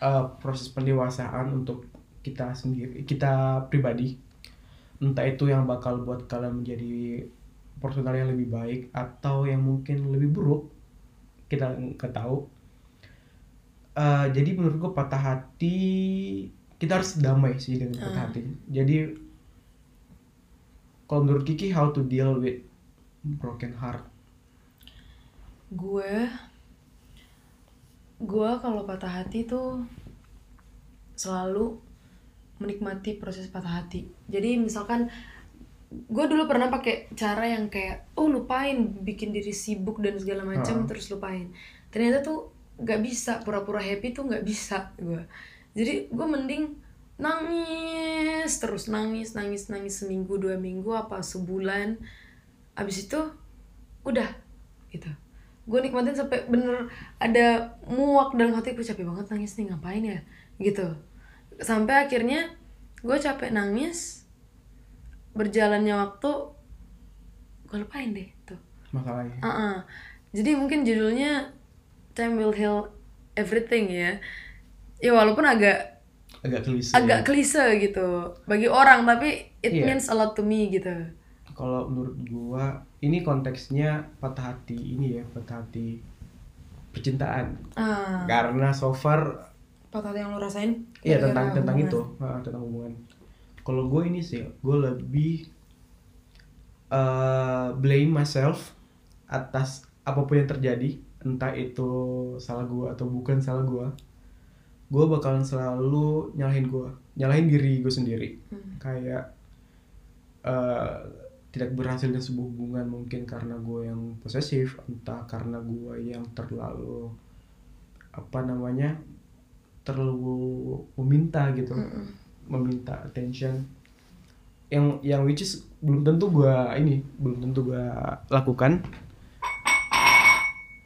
Speaker 1: eh, proses pendewasaan untuk kita sendiri, kita pribadi. Entah itu yang bakal buat kalian menjadi personal yang lebih baik atau yang mungkin lebih buruk, kita nggak tahu. Eh, jadi menurut gue patah hati kita harus damai sih dengan patah
Speaker 2: Ah.
Speaker 1: hati. Jadi kalau menurut Kiki how to deal with broken heart.
Speaker 2: gue gue kalau patah hati tuh selalu menikmati proses patah hati jadi misalkan gue dulu pernah pakai cara yang kayak oh lupain bikin diri sibuk dan segala macam
Speaker 1: Heeh.
Speaker 2: terus lupain ternyata tuh nggak bisa pura-pura happy tuh nggak bisa gue jadi gue mending nangis terus nangis nangis nangis seminggu dua minggu apa sebulan abis itu udah gitu gue nikmatin sampai bener ada muak dalam hati gue capek banget nangis nih ngapain ya gitu sampai akhirnya gue capek nangis berjalannya waktu gue lupain deh tuh
Speaker 1: masalahnya
Speaker 2: Ah, ah. Jadi mungkin judulnya Time Will Heal Everything ya. Ya walaupun agak
Speaker 1: agak klise
Speaker 2: agak klise gitu bagi orang tapi it
Speaker 1: Iya.
Speaker 2: means a lot to me gitu.
Speaker 1: kalau menurut gua ini konteksnya patah hati ini ya patah hati percintaan
Speaker 2: Ah,
Speaker 1: karena so far
Speaker 2: patah hati yang lo rasain?
Speaker 1: Iya
Speaker 2: gara-gara
Speaker 1: tentang tentang
Speaker 2: hubungan.
Speaker 1: itu Ha, Ah, tentang hubungan. Kalau gue ini sih gue lebih eh blame myself atas apapun yang terjadi entah itu salah gue atau bukan salah gue. Gue bakalan selalu nyalahin gue, nyalahin diri gue sendiri.
Speaker 2: Hmm.
Speaker 1: Kayak eh tidak berhasilnya sebuah hubungan mungkin karena gue yang posesif, entah karena gue yang terlalu apa namanya terlalu meminta gitu
Speaker 2: Mm-mm.
Speaker 1: meminta attention yang yang which is belum tentu gua ini belum tentu gua lakukan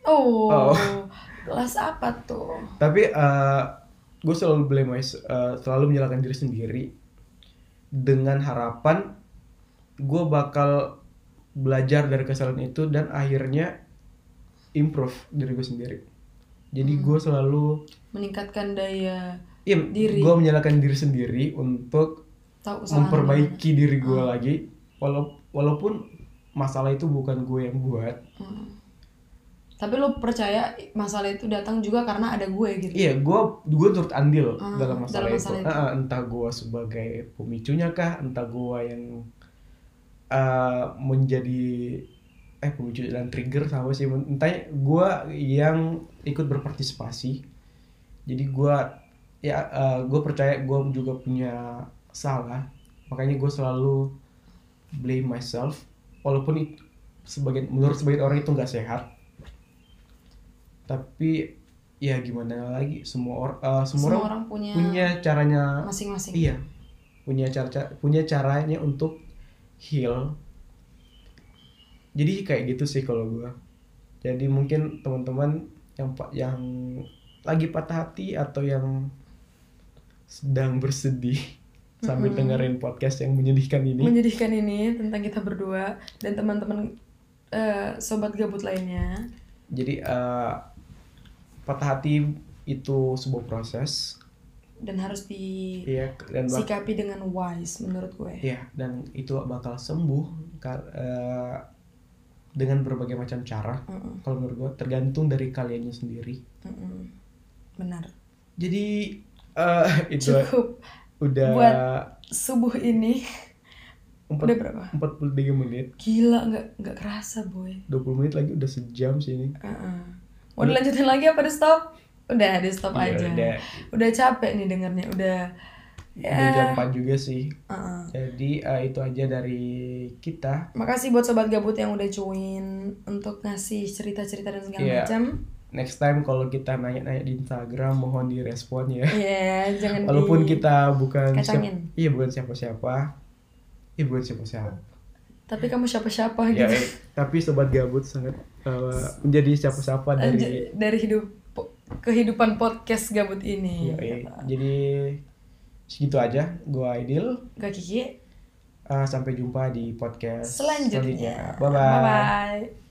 Speaker 2: Oh,
Speaker 1: Oh.
Speaker 2: kelas apa tuh?
Speaker 1: tapi eh gue selalu blame mys- eh, selalu menyalahkan diri sendiri dengan harapan gue bakal belajar dari kesalahan itu dan akhirnya improve diri gue sendiri jadi
Speaker 2: Hmm.
Speaker 1: gue selalu
Speaker 2: Meningkatkan daya
Speaker 1: iya
Speaker 2: Diri.
Speaker 1: gue menyalahkan diri sendiri untuk
Speaker 2: tahu kesalahan. Hmm.
Speaker 1: memperbaiki diri gue lagi walau- walaupun masalah itu bukan gue yang buat
Speaker 2: Hmm. Tapi lo percaya masalah itu datang juga karena ada gue gitu.
Speaker 1: iya gue gue turut andil
Speaker 2: Ah,
Speaker 1: dalam masalah,
Speaker 2: dalam masalah
Speaker 1: itu,
Speaker 2: itu.
Speaker 1: Ah, ah, entah gue sebagai pemicunya kah entah gue yang eh, menjadi eh pemicu dan trigger sama sih entah gue yang ikut berpartisipasi jadi gue ya gue percaya gue juga punya salah makanya gue selalu blame myself walaupun it- sebagian menurut sebagian orang itu nggak sehat tapi ya gimana lagi semua or- eh, semua,
Speaker 2: Semua
Speaker 1: orang
Speaker 2: orang punya
Speaker 1: punya caranya
Speaker 2: masing-masing.
Speaker 1: iya punya cara ca- punya caranya untuk heal jadi kayak gitu sih kalau gua jadi mungkin teman-teman yang pa- yang lagi patah hati atau yang sedang bersedih <laughs> sambil
Speaker 2: Mm-mm.
Speaker 1: dengerin podcast yang menyedihkan ini
Speaker 2: menyedihkan ini tentang kita berdua dan teman-teman eh, sobat gabut lainnya.
Speaker 1: jadi eh, patah hati itu sebuah proses
Speaker 2: dan harus disikapi
Speaker 1: ya dan bak-
Speaker 2: dengan wise menurut gue.
Speaker 1: Iya, dan itu bakal sembuh kar- eh, dengan berbagai macam cara.
Speaker 2: Mm-mm,
Speaker 1: Kalau menurut gue tergantung dari kaliannya sendiri.
Speaker 2: mm-mm. Benar.
Speaker 1: Jadi eh <laughs> itu
Speaker 2: Cukup
Speaker 1: udah
Speaker 2: buat subuh ini
Speaker 1: empat-
Speaker 2: udah berapa?
Speaker 1: 43 menit,
Speaker 2: Gila nggak nggak kerasa boy.
Speaker 1: 20 menit lagi udah sejam sih ini.
Speaker 2: Heeh. Mau dilanjutin lagi apa di stop? Udah di stop
Speaker 1: Iya,
Speaker 2: aja.
Speaker 1: Udah,
Speaker 2: Udah capek nih dengernya. Udah.
Speaker 1: udah jam
Speaker 2: Ya.
Speaker 1: 4 juga sih.
Speaker 2: Heeh.
Speaker 1: Jadi eh, itu aja dari kita.
Speaker 2: Makasih buat sobat gabut yang udah join untuk ngasih cerita-cerita dan segala
Speaker 1: Iya.
Speaker 2: macam.
Speaker 1: Next time kalau kita nanya-nanya di Instagram mohon direspon ya.
Speaker 2: Iya, jangan
Speaker 1: Walaupun
Speaker 2: di-
Speaker 1: kita bukan siap-
Speaker 2: kacangin.
Speaker 1: iya bukan siapa-siapa. Iya bukan siapa-siapa.
Speaker 2: Tapi kamu siapa-siapa
Speaker 1: ya,
Speaker 2: gitu.
Speaker 1: eh, tapi sobat gabut sangat uh, menjadi siapa-siapa dari
Speaker 2: Anj- Eh, dari hidup po- kehidupan podcast gabut
Speaker 1: Yo,
Speaker 2: ini.
Speaker 1: eh. jadi segitu aja gua Aidil
Speaker 2: Gak Kiki.
Speaker 1: Uh, sampai jumpa di podcast
Speaker 2: Selanjutnya.
Speaker 1: bye bye
Speaker 2: Bye-bye.